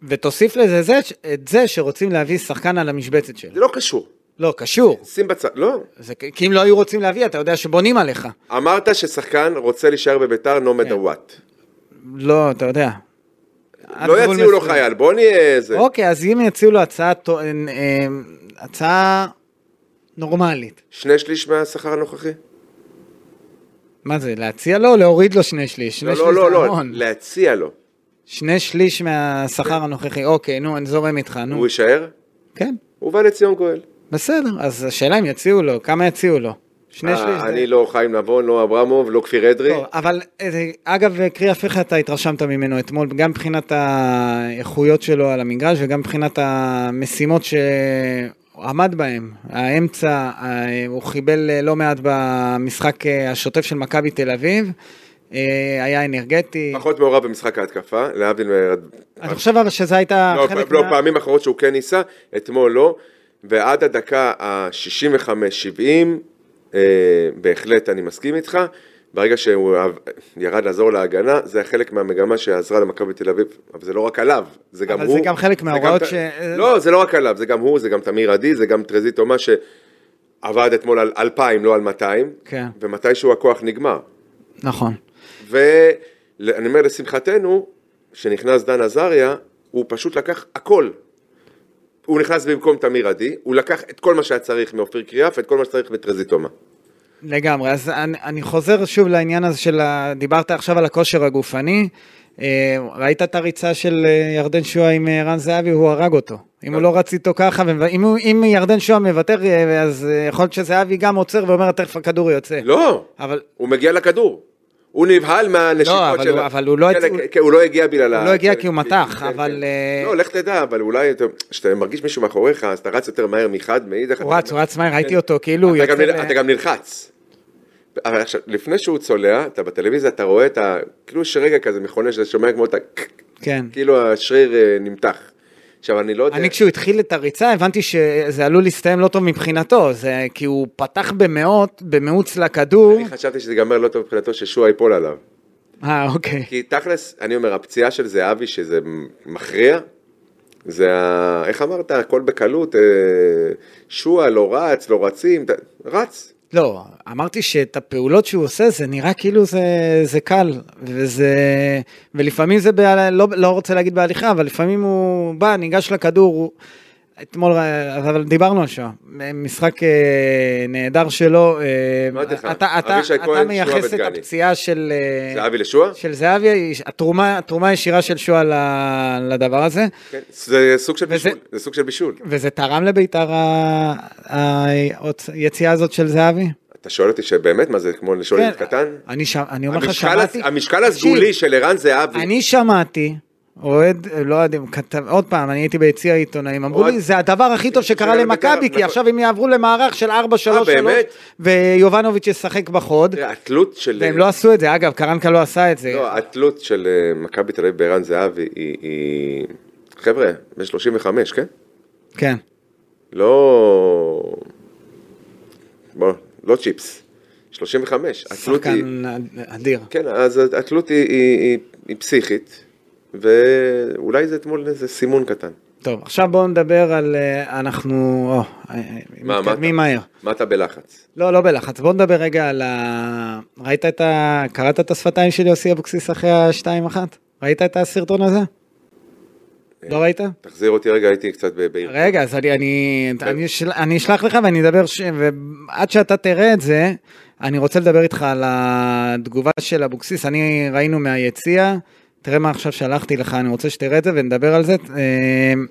S2: ותוסיף לזה זה, את זה שרוצים להביא שחקן על המשבצת שלו.
S3: זה לא קשור.
S2: לא, קשור.
S3: שים בצד, לא.
S2: זה, כ- כי אם לא היו רוצים להביא, אתה יודע שבונים עליך.
S3: אמרת ששחקן רוצה להישאר בביתר no
S2: כן.
S3: matter what.
S2: לא, אתה יודע. עד
S3: לא
S2: גבול
S3: יציעו לו
S2: מסוים.
S3: חייל, בוא נהיה איזה...
S2: אוקיי, אז אם יציעו לו הצעה, טו- אה, אה, הצעה נורמלית.
S3: שני שליש מהשכר הנוכחי?
S2: מה זה, להציע לו או להוריד לו שני שליש? שני
S3: לא,
S2: שליש
S3: לא, לא,
S2: זה
S3: לא,
S2: המון.
S3: להציע לו.
S2: שני שליש מהשכר הנוכחי. אוקיי, נו, אני זורם איתך, נו.
S3: כן. הוא יישאר?
S2: כן.
S3: ובא לציון גואל.
S2: בסדר, אז השאלה אם יציעו לו, כמה יציעו לו? שני
S3: אה,
S2: שליש. זה-
S3: אני לא חיים נבון, לא אברמוב, לא כפיר אדרי.
S2: טוב, אבל אה, אגב, קריאף, איך אתה התרשמת ממנו אתמול, גם מבחינת האיכויות שלו על המגרש וגם מבחינת המשימות שעמד בהן, האמצע, אה, הוא חיבל אה, לא מעט במשחק אה, השוטף של מכבי תל אביב, אה, היה אנרגטי.
S3: פחות מעורב במשחק ההתקפה, להבדיל מ...
S2: אני חושב אבל שזה הייתה
S3: לא,
S2: חלק
S3: לא,
S2: מה...
S3: פעמים אחרות שהוא כן ניסה, אתמול לא, ועד הדקה ה-65-70, אה, בהחלט אני מסכים איתך, ברגע שהוא עב- ירד לעזור להגנה, זה היה חלק מהמגמה שעזרה למכבי תל אביב, אבל זה לא רק עליו, זה גם
S2: אבל
S3: הוא.
S2: זה גם חלק
S3: זה
S2: מההוראות
S3: ת-
S2: ש-
S3: לא, זה לא רק עליו, זה גם הוא, זה גם תמיר עדי, זה גם טרזית תומה שעבד אתמול על 2,000, לא על 200,
S2: כן.
S3: ומתישהו הכוח נגמר.
S2: נכון.
S3: ואני אומר לשמחתנו, כשנכנס דן עזריה, הוא פשוט לקח הכל. הוא נכנס במקום תמיר עדי, הוא לקח את כל מה שהיה צריך מאופיר קריאף, את כל מה שצריך מטרזיטומה.
S2: לגמרי, אז אני, אני חוזר שוב לעניין הזה של, ה... דיברת עכשיו על הכושר הגופני, אה, ראית את הריצה של אה, ירדן שואה עם אה, רן זהבי, הוא הרג אותו. אם הוא לא רץ איתו ככה, ומב- אם, הוא- אם ירדן שואה מוותר, אה, אז אה, יכול להיות שזהבי גם עוצר ואומר, תכף הכדור יוצא.
S3: לא,
S2: אבל
S3: הוא מגיע לכדור. הוא נבהל
S2: לא,
S3: מהנשיקות
S2: אבל
S3: שלו.
S2: הוא- אבל הוא לא-
S3: כן,
S2: הוא-
S3: כן, הוא לא הגיע בגלל...
S2: הוא
S3: ה-
S2: לא הגיע
S3: כן,
S2: כי הוא
S3: כן,
S2: מתח,
S3: כן,
S2: אבל,
S3: כן.
S2: אה,
S3: לא, לך תדע, אבל אולי אתה- כשאתה מרגיש מישהו מאחוריך, אז אתה רץ יותר מהר מחד, מאידך.
S2: הוא
S3: אתה-
S2: רץ, הוא רץ מהר, ראיתי אותו, כאילו הוא
S3: אתה
S2: יוצא...
S3: גם,
S2: ל-
S3: נל- אתה גם נלחץ. אבל עכשיו, לפני שהוא צולע, אתה בטלוויזיה, אתה רואה את ה... כאילו יש רגע כזה מכונה שאתה שומע כמו את ה...
S2: כן.
S3: כאילו השריר אה, נמתח. עכשיו, אני לא יודע...
S2: אני כשהוא התחיל את הריצה הבנתי שזה עלול להסתיים לא טוב מבחינתו, זה כי הוא פתח במאות, במאוץ לכדור.
S3: אני חשבתי שזה ייגמר לא טוב מבחינתו ששועה ייפול עליו.
S2: אה, אוקיי.
S3: כי תכלס, אני אומר, הפציעה של זהבי, שזה מכריע, זה ה... איך אמרת? הכל בקלות, אה, שועה לא רץ, לא רצים, ת- רץ.
S2: לא, אמרתי שאת הפעולות שהוא עושה, זה נראה כאילו זה, זה קל, וזה, ולפעמים זה, בה, לא, לא רוצה להגיד בהליכה, אבל לפעמים הוא בא, ניגש לכדור, הוא, אתמול, אה, אבל דיברנו על שם, משחק אה, נהדר שלו, אה,
S3: אמרתי לך,
S2: אתה, אתה,
S3: לא אבישי כהן,
S2: אתה
S3: שועה
S2: מייחס את
S3: ודגני.
S2: הפציעה של, אה,
S3: זהבי לשועה?
S2: של זהבי, היא- התרומה, התרומה הישירה של שועה ל- לדבר הזה,
S3: כן. זה סוג של
S2: וזה-
S3: בישול, זה סוג של בישול.
S2: וזה תרם לבית"ר ה- ה- היציאה הזאת של זהבי?
S3: אתה שואל אותי שבאמת, מה זה, כמו
S2: כן,
S3: לשאול ילד קטן?
S2: אני, ש... אני אומר לך,
S3: המשקל
S2: שמעתי...
S3: הס- המשקל הסגולי
S2: תקשיב,
S3: של ערן זהבי,
S2: אני שמעתי, אוהד, לא יודע, כתב, עוד פעם, אני הייתי ביציע העיתונאים, אמרו
S3: אוהד-
S2: לי, זה הדבר הכי טוב שקרה
S3: של
S2: למכבי,
S3: בית"ר,
S2: כי
S3: נכון. אה,
S2: עכשיו הם יעברו למערך של 4-3-3,
S3: באמת?
S2: ויובנוביץ' ישחק בחוד,
S3: תראה, התלות של...
S2: והם לא עשו את זה, אגב, קרנקה לא עשה את זה.
S3: אה, לא, התלות של אה, מכבי תל אביב בערן זהבי היא- היא... חבר'ה, בן 35, כן?
S2: כן.
S3: לא... בוא, לא צ'יפס. 35. התלות היא...
S2: שחקן אד- אדיר.
S3: כן, אז התלות היא- היא היא- היא פסיכית, ואולי זה אתמול איזה סימון קטן.
S2: טוב, עכשיו בואו נדבר על... אה, אנחנו... או, אה,
S3: מה, מה
S2: מתקדמים
S3: אתה-
S2: מהר.
S3: מה אתה בלחץ?
S2: לא, לא בלחץ. בוא נדבר רגע על ה... ראית את ה... קראת את השפתיים של יוסי אבוקסיס אחרי ה-2-1? ראית את הסרטון הזה? לא ראית?
S3: תחזיר אותי רגע, הייתי קצת ב- בעיר.
S2: רגע, אז אני, אני, אני, של, אני אשלח לך ואני אדבר, ש... ועד שאתה תראה את זה, אני רוצה לדבר איתך על התגובה של אבוקסיס. אני ראינו מהיציע, תראה מה עכשיו שלחתי לך, אני רוצה שתראה את זה ונדבר על זה. אמ,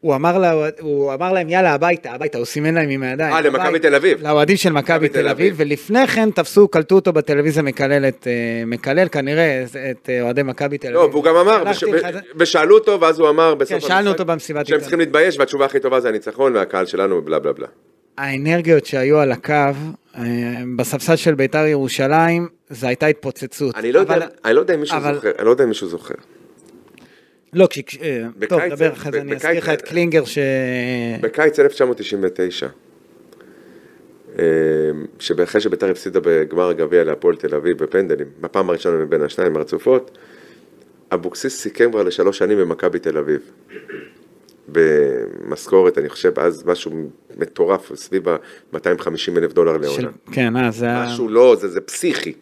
S2: הוא אמר, לה, הוא אמר להם יאללה הביתה, הביתה, הוא סימן להם עם הידיים.
S3: אה, למכבי
S2: הביתה.
S3: תל אביב.
S2: לאוהדים של מכבי
S3: מכבי תל
S2: תל אביב, ולפני כן תפסו, קלטו אותו בטלוויזיה מקלל את, אה, מקלל כנראה את אה, אוהדי מכבי תל אביב.
S3: לא, והוא גם אמר,
S2: שלחתי
S3: וש-
S2: לך את זה.
S3: ושאלו אותו, ואז הוא אמר בסוף
S2: כן,
S3: המשחק,
S2: שאלנו אותו במסיבת
S3: שהם
S2: עיתונאים.
S3: צריכים להתבייש, והתשובה הכי טובה זה הניצחון, והקהל שלנו, בלה בלה בלה.
S2: האנרגיות שהיו על הקו, אה, בספסל של בית"ר ירושלים, זו הייתה התפוצצות.
S3: אני לא יודע-
S2: אבל-
S3: אני לא יודע אם מישהו
S2: אבל- כן.
S3: זוכר, אני לא יודע אם מישהו זוכר.
S2: לא, כש... כש- אה,
S3: בקיץ-
S2: טוב, דבר אחרי
S3: ב-
S2: זה, אני
S3: בקיץ-
S2: אזכיר לך את קלינגר ש...
S3: בקיץ 1999, אה, שאחרי שביתר הפסידה בגמר הגביע להפועל תל אביב בפנדלים, בפעם הראשונה מבין השניים הרצופות, אבוקסיס סיכם כבר לשלוש שנים במכבי תל אביב. במשכורת, אני חושב, אז משהו מטורף, סביב ה-250 אלף דולר
S2: של...
S3: לעונה.
S2: כן, אה, זה... ה-
S3: משהו לא, זה, זה פסיכי.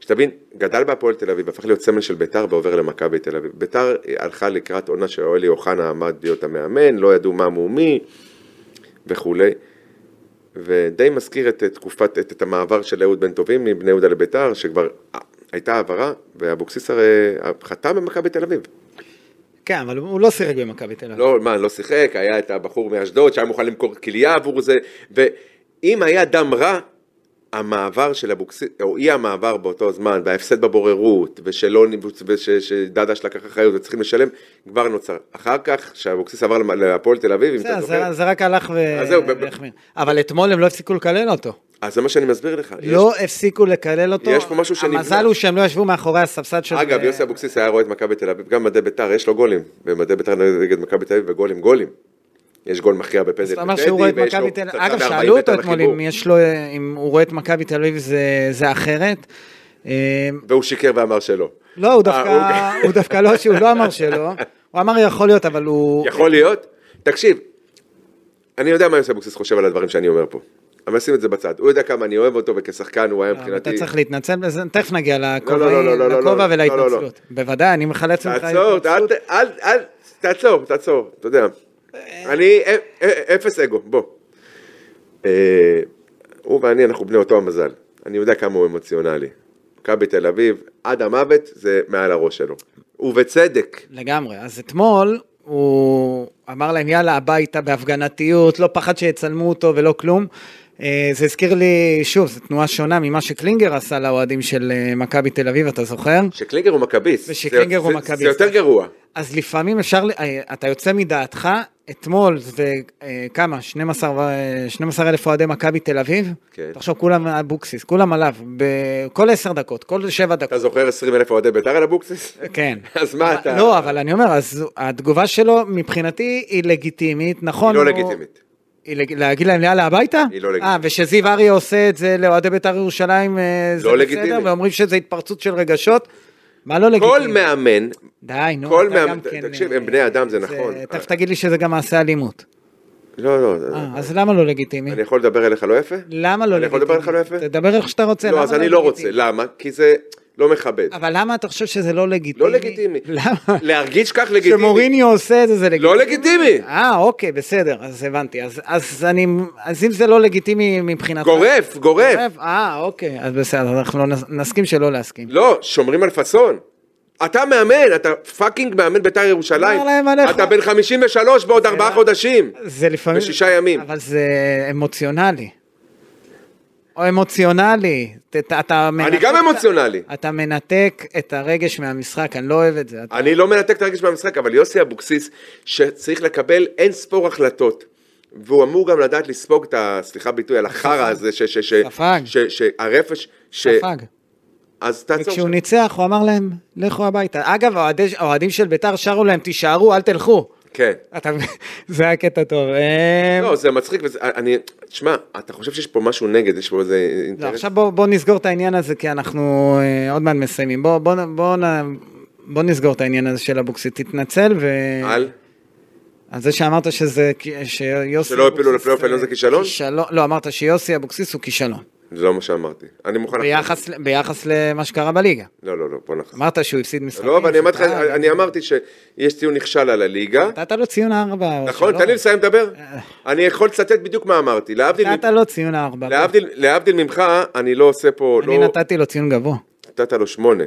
S3: שתבין, גדל בהפועל תל אביב, הפך להיות סמל של ביתר ועובר למכבי תל אביב. ביתר אה, הלכה לקראת עונה שאלי אוחנה עמד להיות המאמן, לא ידעו מה מומי וכולי. ודי מזכיר את את תקופת, את, את המעבר של אהוד בן טובים מבני יהודה לביתר, שכבר אה, הייתה העברה, ואבוקסיס הרי אה, חתם במכבי תל אביב.
S2: כן, אבל הוא לא שיחק במכבי תל אביב.
S3: לא, מה, לא שיחק, היה את הבחור מאשדוד שהיה מוכן למכור כליה עבור זה, ואם היה דם רע, המעבר של אבוקסיס, או אי המעבר באותו זמן, וההפסד בבוררות, ושלא, ניבוץ- וש- שדדש לקח אחריות וצריכים לשלם, כבר נוצר. אחר כך, כשאבוקסיס עבר למ- להפועל תל אביב, אם אתה
S2: בסדר,
S3: זוכר,
S2: זה- זה רק הלך ו-
S3: אז זהו, ב- ב-
S2: והחמיר. אבל אתמול הם לא הפסיקו לקלל אותו.
S3: אז זה מה שאני מסביר לך. יש-
S2: לא הפסיקו לקלל אותו.
S3: יש פה משהו שנבנה.
S2: המזל הוא שהם לא ישבו מאחורי הספסד של...
S3: אגב, יוסי אבוקסיס היה רואה את מכבי תל אביב, גם מדי ביתר, יש לו גולים. במדי ביתר נגד מכבי תל אביב, וגולים גולים. יש גול מכריע בפנדל
S2: זאת אומרת שהוא רואה את מכבי תל אביב, אגב שאלו אותו אתמול אם יש לו, אם הוא רואה את מכבי תל אביב זה- זה אחרת. אה,
S3: והוא שיקר ואמר שלא.
S2: לא, הוא
S3: אה,
S2: דווקא, הוא דווקא לא, שהוא לא אמר שלא, הוא אמר יכול להיות, אבל הוא,
S3: יכול להיות. תקשיב, אני יודע מה יוסי אבוקסיס חושב על הדברים שאני אומר פה. אבל נשים את זה בצד. הוא יודע כמה אני אוהב אותו, וכשחקן הוא היה מבחינתי...
S2: אה, אתה צריך להתנצל בזה, תכף נגיע
S3: לא, לא, לא, לא,
S2: לכובע
S3: לא, לא, לא.
S2: ולהתנצלות. בוודאי, אני מחלץ ממך
S3: תעצור, אל ת- אל, אל, תעצור, תעצור, אתה יודע.
S2: אה.
S3: אני א- א- אפס אגו, בוא. אה, הוא ואני, אנחנו בני אותו המזל. אני יודע כמה הוא אמוציונלי. מכבי תל אביב, עד המוות זה מעל הראש שלו. ובצדק.
S2: לגמרי. אז אתמול הוא אמר להם יאללה הביתה בהפגנתיות, לא פחד שיצלמו אותו ולא כלום. אה, זה הזכיר לי, שוב, זו תנועה שונה ממה שקלינגר עשה לאוהדים של אה, מכבי תל אביב, אתה זוכר?
S3: שקלינגר הוא מכביסט.
S2: ושקלינגר הוא
S3: זה-
S2: אה.
S3: זה-
S2: מכביסט.
S3: זה יותר גרוע.
S2: אז לפעמים אפשר, ל- אה, אתה יוצא מדעתך, אתמול זה אה, כמה? 12 אה, אלף אוהדי מכבי תל אביב?
S3: כן.
S2: תחשוב, כולם אה, אבוקסיס, כולם עליו, בכל עשר דקות, כל שבע דקות.
S3: אתה זוכר 20 אלף אוהדי בית"ר על אבוקסיס?
S2: כן.
S3: אז מה אתה...
S2: לא, אבל אני אומר, אז התגובה שלו מבחינתי היא לגיטימית, נכון?
S3: היא לא
S2: הוא-
S3: לגיטימית.
S2: היא לג- להגיד להם יאללה הביתה?
S3: היא לא לגיטימית.
S2: אה, ושזיו אריה עושה את זה לאוהדי בית"ר ירושלים, אה, זה
S3: לא
S2: בסדר?
S3: לגיטימי.
S2: ואומרים שזה התפרצות של רגשות? מה לא לגיטימי?
S3: כל מאמן,
S2: די, נו,
S3: כל
S2: אתה
S3: מאמן-
S2: גם כן...
S3: תקשיב,
S2: אה,
S3: הם בני אדם, זה
S2: זה-
S3: נכון.
S2: תכף תגיד לי שזה גם מעשה אלימות.
S3: לא, לא,
S2: אה, אז למה לא לגיטימי?
S3: אני יכול לדבר אליך לא יפה?
S2: למה לא לגיטימי?
S3: אני יכול לדבר אליך לא יפה?
S2: תדבר איך שאתה רוצה,
S3: לא,
S2: למה
S3: אז אני לא רוצה.
S2: לגיטימי?
S3: למה? כי זה לא מכבד.
S2: אבל למה אתה חושב שזה לא לגיטימי?
S3: לא לגיטימי.
S2: למה?
S3: להרגיש כך לגיטימי.
S2: כשמוריניו עושה את זה, זה לגיטימי?
S3: לא לגיטימי.
S2: אה, אוקיי, בסדר, אז הבנתי. אז, אז, אני, אז אם זה לא לגיטימי מבחינתך...
S3: גורף, גורף.
S2: אה, אוקיי, אז בסדר, אז אנחנו לא נס- נסכים שלא להסכים.
S3: לא, שומרים על פאסון. אתה מאמן, אתה פאקינג מאמן בית"ר ירושלים.
S2: אומר להם עליך. לא-
S3: אתה בן 53 בעוד ארבעה חודשים.
S2: זה לפעמים...
S3: בשישה ימים.
S2: אבל זה אמוציונלי. או אמוציונלי. ת- ת- אתה
S3: אני גם אמוציונלי.
S2: אתה מנתק את הרגש מהמשחק, אני לא אוהב את זה. אתה-
S3: אני לא מנתק את הרגש מהמשחק, אבל יוסי אבוקסיס, שצריך לקבל אין ספור החלטות, והוא אמור גם לדעת לספוג את ה... סליחה ביטוי, על החרא הזה, ש... ש... ש...
S2: ספג.
S3: ש... שהרפש... ש...
S2: ספג.
S3: אז תעצור
S2: וכשהוא
S3: שם.
S2: ניצח, הוא אמר להם, לכו הביתה. אגב, האוהדי- האוהדים של ביתר שרו להם, תישארו, אל תלכו.
S3: כן.
S2: אתה מבין? זה היה קטע טוב. אה,
S3: לא, זה מצחיק, וזה, אני, תשמע, אתה חושב שיש פה משהו נגד, יש פה איזה
S2: לא,
S3: אינטרס?
S2: עכשיו בוא, בוא נסגור את העניין הזה, כי אנחנו אה, עוד מעט מסיימים. בוא, בוא, נ- בוא, נ- בוא נסגור את העניין הזה של אבוקסיס. תתנצל ו...
S3: על?
S2: על זה שאמרת שזה... כי- שיוסי
S3: שלא הפילו
S2: אבוקסיס,
S3: לפלייאוף העליון זה
S2: אה,
S3: כישלון?
S2: כישלון? לא, אמרת שיוסי אבוקסיס הוא כישלון.
S3: זה לא מה שאמרתי. אני מוכן...
S2: ביחס, ל- ביחס למה שקרה בליגה.
S3: לא, לא, לא, בוא נחזור.
S2: אמרת שהוא הפסיד משחקים.
S3: לא, אבל אני אמרתי לך,
S2: שהוא פעל.
S3: אני אמרתי שיש ציון נכשל על הליגה.
S2: נתת לו ציון ארבע. או
S3: נכון,
S2: שלוש.
S3: תן לי לסיים לדבר.
S2: אה.
S3: אני יכול לצטט בדיוק מה אמרתי. להבדיל
S2: נתת לו ציון ארבע.
S3: להבדיל, להבדיל ממך, אני לא עושה פה,
S2: אני
S3: לא...
S2: נתתי לו ציון גבוה.
S3: נתת לו שמונה.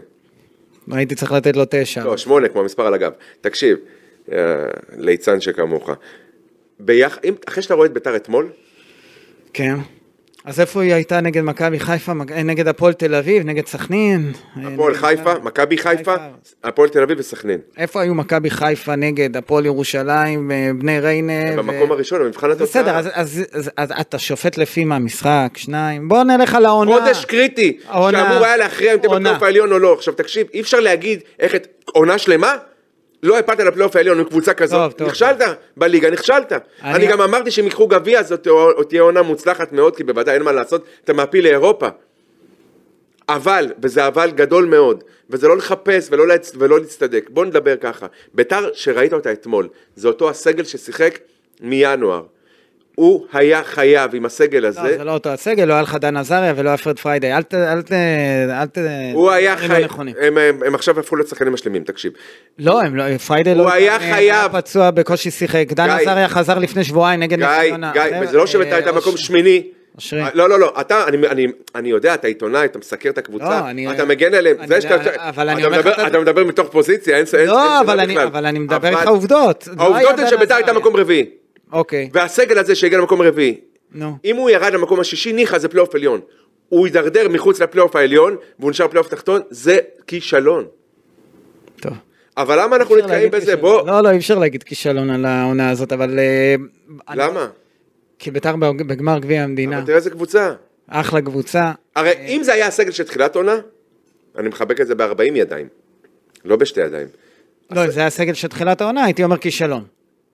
S2: הייתי צריך לתת לו תשע.
S3: לא, שמונה, כמו המספר על הגב. תקשיב, אה, ליצן שכמוך. ביח... אם... אחרי שאתה רואה את ביתר אתמול,
S2: כן. אז איפה היא הייתה נגד מכבי חיפה, מג- אה, נגד הפועל תל אביב, נגד סכנין? אה,
S3: הפועל
S2: נגד-
S3: חיפה, מכבי חיפה,
S2: חיפה.
S3: הפועל תל אביב וסכנין.
S2: איפה היו מכבי חיפה נגד הפועל ירושלים, אה, בני ריינה? ו-
S3: במקום הראשון, במבחן התוצאה.
S2: בסדר, אז, אז, אז, אז אתה שופט לפי מה, משחק, שניים? בוא נלך על העונה.
S3: חודש קריטי,
S2: העונה.
S3: שאמור היה להכריע אם אתם
S2: עונה.
S3: בפלייאוף העליון או לא. עכשיו תקשיב, אי אפשר להגיד איך את עונה שלמה, לא הפלת לפלייאוף העליון עם קבוצה
S2: טוב,
S3: כזאת.
S2: טוב.
S3: נכשלת בליגה, נכשלת.
S2: אני-
S3: אני גם אמרתי שהם ייקחו גביע, אז זאת תהיה- תהיה עונה מוצלחת מאוד, כי בוודאי אין מה לעשות, אתה מעפיל לאירופה. אבל, וזה אבל גדול מאוד, וזה לא לחפש ולא, להצ... ולא להצטדק. בוא נדבר ככה. ביתר שראית אותה אתמול, זה אותו הסגל ששיחק מינואר. הוא היה חייב עם הסגל הזה.
S2: לא, זה... לא אותו הסגל, לא היה לך דן עזריה ולא היה פרד פריידי. אל ת... אל ת... אל ת...
S3: הוא היה
S2: דברים לא
S3: חייב,
S2: נכונים.
S3: הם, הם, הם עכשיו הפכו לשחקנים משלימים, תקשיב.
S2: לא, הם לא... פריידי לא...
S3: הוא היה
S2: אה,
S3: חייב.
S2: היה פצוע, בקושי שיחק. דן
S3: גיא.
S2: עזריה חזר לפני שבועיים נגד...
S3: גיא,
S2: נס ציונה.
S3: גיא,
S2: אה,
S3: וזה לא שביתר
S2: אה,
S3: הייתה מקום
S2: אוש-
S3: שמיני.
S2: אושרי.
S3: אה, לא, לא, לא, אתה, אני, אני, אני יודע, אתה עיתונאי, אתה מסקר את
S2: לא,
S3: הקבוצה,
S2: אני-
S3: אתה מגן עליהם,
S2: אני
S3: זה שאתה,
S2: יודע, אבל אני
S3: אתה
S2: אומר לך,
S3: מדבר-
S2: אתה-
S3: אתה מדבר מתוך פוזיציה, אין ס- אין- אין
S2: לא, אבל
S3: שאלה
S2: אני-
S3: בכלל.
S2: אבל אני מדבר
S3: אבל
S2: איתך עובדות. לא היה
S3: העובדות הן
S2: דן
S3: שביתר הייתה
S2: עזריה.
S3: מקום רביעי,
S2: אוקיי,
S3: והסגל הזה שהגיע למקום רביעי,
S2: נו.
S3: אם הוא ירד למקום השישי, ניחא זה פלייאוף עליון. הוא יידרדר מחוץ לפלייאוף העליון, והוא נשאר פלייאוף תחתון, זה כישלון.
S2: טוב.
S3: אבל למה אנחנו
S2: אי אפשר
S3: נתקעים
S2: להגיד
S3: בזה?
S2: כישלון.
S3: בוא,
S2: לא, לא, אי אפשר להגיד כישלון על העונה הזאת, אבל... אה, אני-
S3: למה?
S2: כי ביתר בגמר גביע המדינה,
S3: אבל תראה איזה קבוצה.
S2: אחלה קבוצה.
S3: הרי
S2: אה.
S3: אם זה היה הסגל של תחילת עונה, אני מחבק את זה ב-40 ידיים, לא בשתי ידיים.
S2: לא, אם זה היה סגל של תחילת העונה, הייתי אומר כישלון.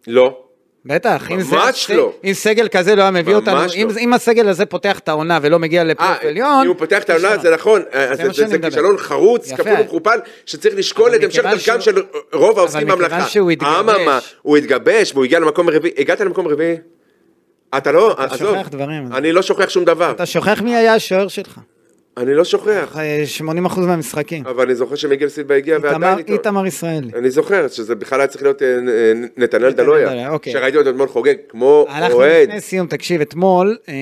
S3: לא.
S2: בטח, אם זה...
S3: ממש
S2: אם-
S3: לא.
S2: אם סגל כזה לא היה מביא
S3: ממש
S2: אותנו,
S3: לא.
S2: אם- אם הסגל הזה פותח את העונה ולא מגיע
S3: אה,
S2: לפלייאוף עליון...
S3: אם הוא פותח את העונה,
S2: כישלון.
S3: זה נכון, אה,
S2: זה מה
S3: זה- זה
S2: שאני
S3: זה
S2: מדבר.
S3: כישלון חרוץ,
S2: יפה.
S3: כפול ומכופל, שצריך לשקול
S2: אבל
S3: את המשך
S2: מכיוון
S3: דרכם
S2: שהוא-
S3: של רוב העוסקים
S2: מכיוון
S3: במלאכה.
S2: שהוא התגבש.
S3: אממה, הוא התגבש, והוא הגיע למקום רביעי, הגעת למקום רביעי? אתה לא,
S2: אתה
S3: עזוב,
S2: שוכח דברים.
S3: אני לא שוכח שום דבר,
S2: אתה שוכח מי היה השוער שלך.
S3: אני לא שוכח,
S2: 80% מהמשחקים.
S3: אבל אני זוכר שמיגל סילבה הגיע
S2: איתמר-
S3: ועדיין איתו.
S2: איתמר ישראלי.
S3: אני זוכר שזה בכלל היה צריך להיות אה, אה, נתנאל
S2: דלויה,
S3: דלויה,
S2: אוקיי.
S3: שראיתי אותו אתמול חוגג כמו
S2: אנחנו
S3: אוהד.
S2: לפני סיום, תקשיב, אתמול אה,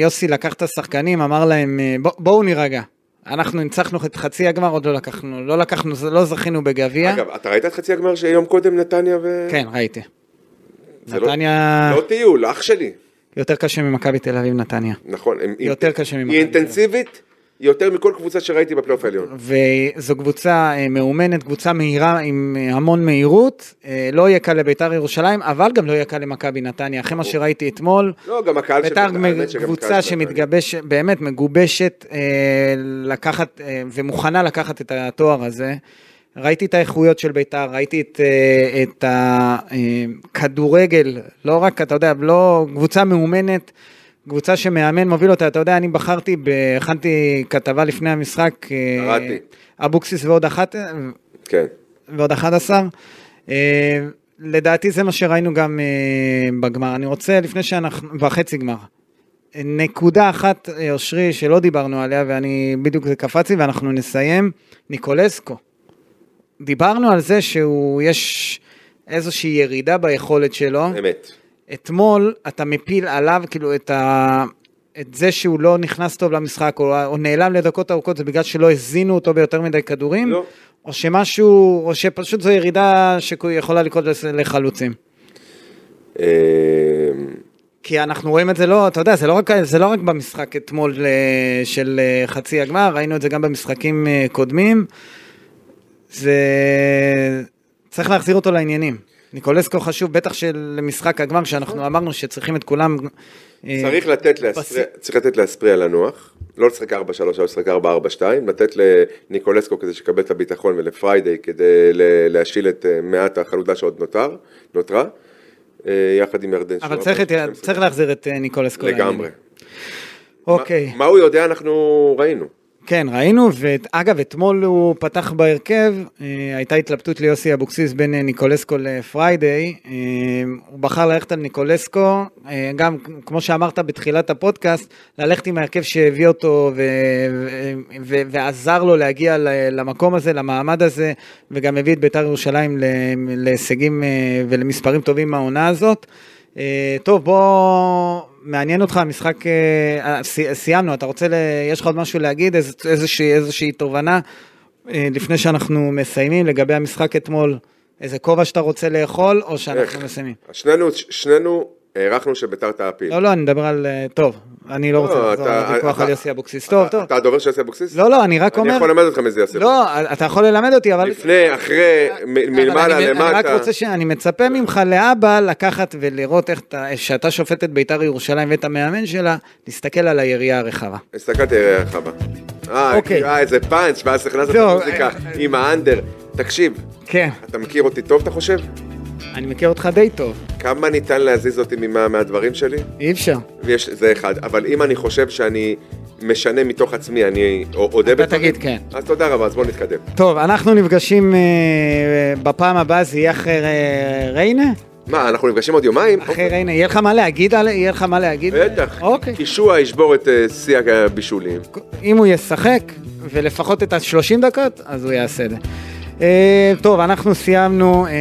S2: יוסי לקח את השחקנים, אמר להם, אה, בוא- בואו נירגע. אנחנו ניצחנו את חצי הגמר, עוד לא לקחנו, לא לקחנו, לא זכינו בגביע.
S3: אגב, אתה ראית את חצי הגמר שיום קודם נתניה ו...
S2: כן, ראיתי.
S3: זה לא-
S2: נתניה
S3: לא טיול, אח שלי.
S2: יותר קשה ממכבי תל אביב, נתניה.
S3: נכון. הם-
S2: יותר
S3: היא-
S2: קשה ממכבי כן. אה,
S3: היא
S2: תל אביב.
S3: אינטנסיבית יותר מכל קבוצה שראיתי בפלייאוף העליון.
S2: וזו קבוצה אה, מאומנת, קבוצה מהירה עם אה, המון מהירות. אה, לא יהיה קל לביתר ירושלים, אבל גם לא יהיה קל למכבי נתניה. אחרי מה שראיתי אתמול,
S3: לא, גם הקהל של
S2: ביתר
S3: בית"ר, האמת שגם הקהל
S2: קבוצה
S3: של בית"ר.
S2: שמתגבשת, באמת מגובשת אה, לקחת אה, ומוכנה לקחת את התואר הזה. ראיתי את האיכויות של ביתר, ראיתי את, אה, את הכדורגל, לא רק, אתה יודע, לא קבוצה מאומנת, קבוצה שמאמן מוביל אותה, אתה יודע, אני בחרתי, ב- הכנתי כתבה לפני המשחק, אה,
S3: קראתי.
S2: אבוקסיס ועוד אחת,
S3: כן.
S2: ועוד 11. אה, לדעתי זה מה שראינו גם אה, בגמר. אני רוצה, לפני שאנחנו, בחצי גמר. נקודה אחת, אה, אושרי, שלא דיברנו עליה, ואני בדיוק זה קפצתי, ואנחנו נסיים. ניקולסקו. דיברנו על זה שהוא, יש איזושהי ירידה ביכולת שלו.
S3: אמת.
S2: אתמול אתה מפיל עליו, כאילו, את ה... את זה שהוא לא נכנס טוב למשחק, או, או נעלם לדקות ארוכות, זה בגלל שלא הזינו אותו ביותר מדי כדורים?
S3: לא.
S2: או שמשהו, או שפשוט זו ירידה שיכולה לקרות לס- לחלוצים.
S3: אמ,
S2: כי אנחנו רואים את זה לא, אתה יודע, זה לא רק, זה לא רק במשחק אתמול אה, של אה, חצי הגמר, ראינו את זה גם במשחקים אה, קודמים. זה... צריך להחזיר אותו לעניינים. ניקולסקו חשוב, בטח שלמשחק הגמר, שאנחנו אמרנו שצריכים את כולם... אה,
S3: צריך לתת לאספריה- צריך לתת לאספריה לנוח, לא לשחק 4-3, לא לשחק 4-4-2, לתת לניקולסקו כדי שיקבל את הביטחון ולפריידי כדי ל- להשיל את אה, מעט החלודה שעוד נותר, נותרה, אה, יחד עם ירדן
S2: אבל
S3: שועה,
S2: צריך, את,
S3: שתים עשרה.
S2: צריך להחזיר את אה, ניקולסקו
S3: לגמרי.
S2: אוקיי.
S3: מה- מה הוא יודע אנחנו ראינו.
S2: כן, ראינו, ואגב, אתמול הוא פתח בהרכב, אה, הייתה התלבטות ליוסי אבוקסיס בין אה, ניקולסקו לפריידי, אה, הוא בחר ללכת על ניקולסקו, אה, גם כמו שאמרת בתחילת הפודקאסט, ללכת עם ההרכב שהביא אותו ו- ו- ו- ועזר לו להגיע ל- למקום הזה, למעמד הזה, וגם הביא את בית"ר ירושלים ל- להישגים אה, ולמספרים טובים מהעונה הזאת. אה, טוב, בוא, מעניין אותך המשחק, אה, אה, סי- סיימנו, אתה רוצה, ל... יש לך עוד משהו להגיד, איז- איזושהי, איזושהי תובנה, אה, לפני שאנחנו מסיימים, לגבי המשחק אתמול, איזה כובע שאתה רוצה לאכול, או שאנחנו
S3: איך?
S2: מסיימים?
S3: שנינו- שנינו הערכנו שביתר תעפיל.
S2: לא, לא, אני מדבר על, אה, טוב, אני לא רוצה
S3: לא,
S2: לחזור
S3: אתה-
S2: על הוויכוח
S3: אתה-
S2: על יוסי אבוקסיס, טוב,
S3: אתה-
S2: טוב,
S3: אתה הדובר של יוסי אבוקסיס?
S2: לא, לא, אני רק
S3: אני
S2: אומר,
S3: יכול ללמד אותך מזה יוסי אבוקסיס.
S2: לא, אתה יכול ללמד אותי, אבל... אה,
S3: לפני, אחרי, מ-
S2: אבל
S3: מלמעלה,
S2: אני,
S3: למטה.
S2: אני רק רוצה ש... אני מצפה ממך לאבא לקחת ולראות איך אתה, שאתה שופט את בית"ר ירושלים ואת המאמן שלה, להסתכל על היריעה הרחבה.
S3: הסתכלתי עליך הבא. אה,
S2: אוקיי.
S3: אה, איזה פאנץ', ואז הכנסת את
S2: לא,
S3: המוזיקה עם האנדר. תקשיב,
S2: כן,
S3: אתה מכיר אותי טוב, אתה חושב?
S2: אני מכיר אותך די טוב,
S3: כמה ניתן להזיז אותי ממה- מהדברים שלי?
S2: אי אפשר.
S3: ויש, זה אחד. אבל אם אני חושב שאני משנה מתוך עצמי, אני א- אודה
S2: אתה
S3: בדברים,
S2: תגיד כן.
S3: אז תודה רבה, אז בואו נתקדם.
S2: טוב, אנחנו נפגשים אה, בפעם הבאה, זה יהיה אחרי אה, ריינה?
S3: מה, אנחנו נפגשים עוד יומיים?
S2: אחרי ריינה, יהיה לך מה להגיד? על- יהיה לך מה להגיד?
S3: אוקיי. בטח.
S2: אוקיי.
S3: קישוע ישבור את אה, שיא הבישולים.
S2: אם הוא ישחק, ולפחות את ה-30 דקות, אז הוא יעשה את זה. אה, טוב, אנחנו סיימנו, אה,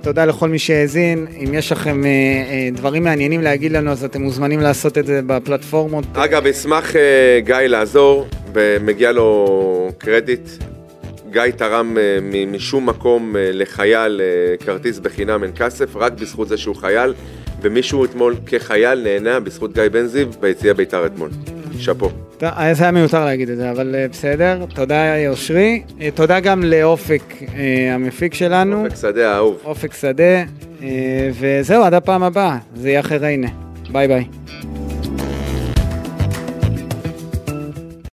S2: תודה לכל מי שהאזין, אם יש לכם אה, אה, דברים מעניינים להגיד לנו, אז אתם מוזמנים לעשות את זה בפלטפורמות.
S3: אגב, אשמח אה, גיא לעזור, ומגיע לו קרדיט. גיא תרם אה, מ- משום מקום אה, לחייל אה, כרטיס בחינם אין כסף, רק בזכות זה שהוא חייל, ומישהו אתמול כחייל נהנה בזכות גיא בן זיו ביציע בית"ר אתמול. שאפו.
S2: ת- אה, זה היה מיותר להגיד את זה, אבל אה, בסדר, תודה אושרי, אה, תודה גם לאופק אה, המפיק שלנו,
S3: אופק שדה האהוב.
S2: אופק שדה, אה, וזהו, עד הפעם הבאה, זה יהיה אחרי ריינה, ביי ביי.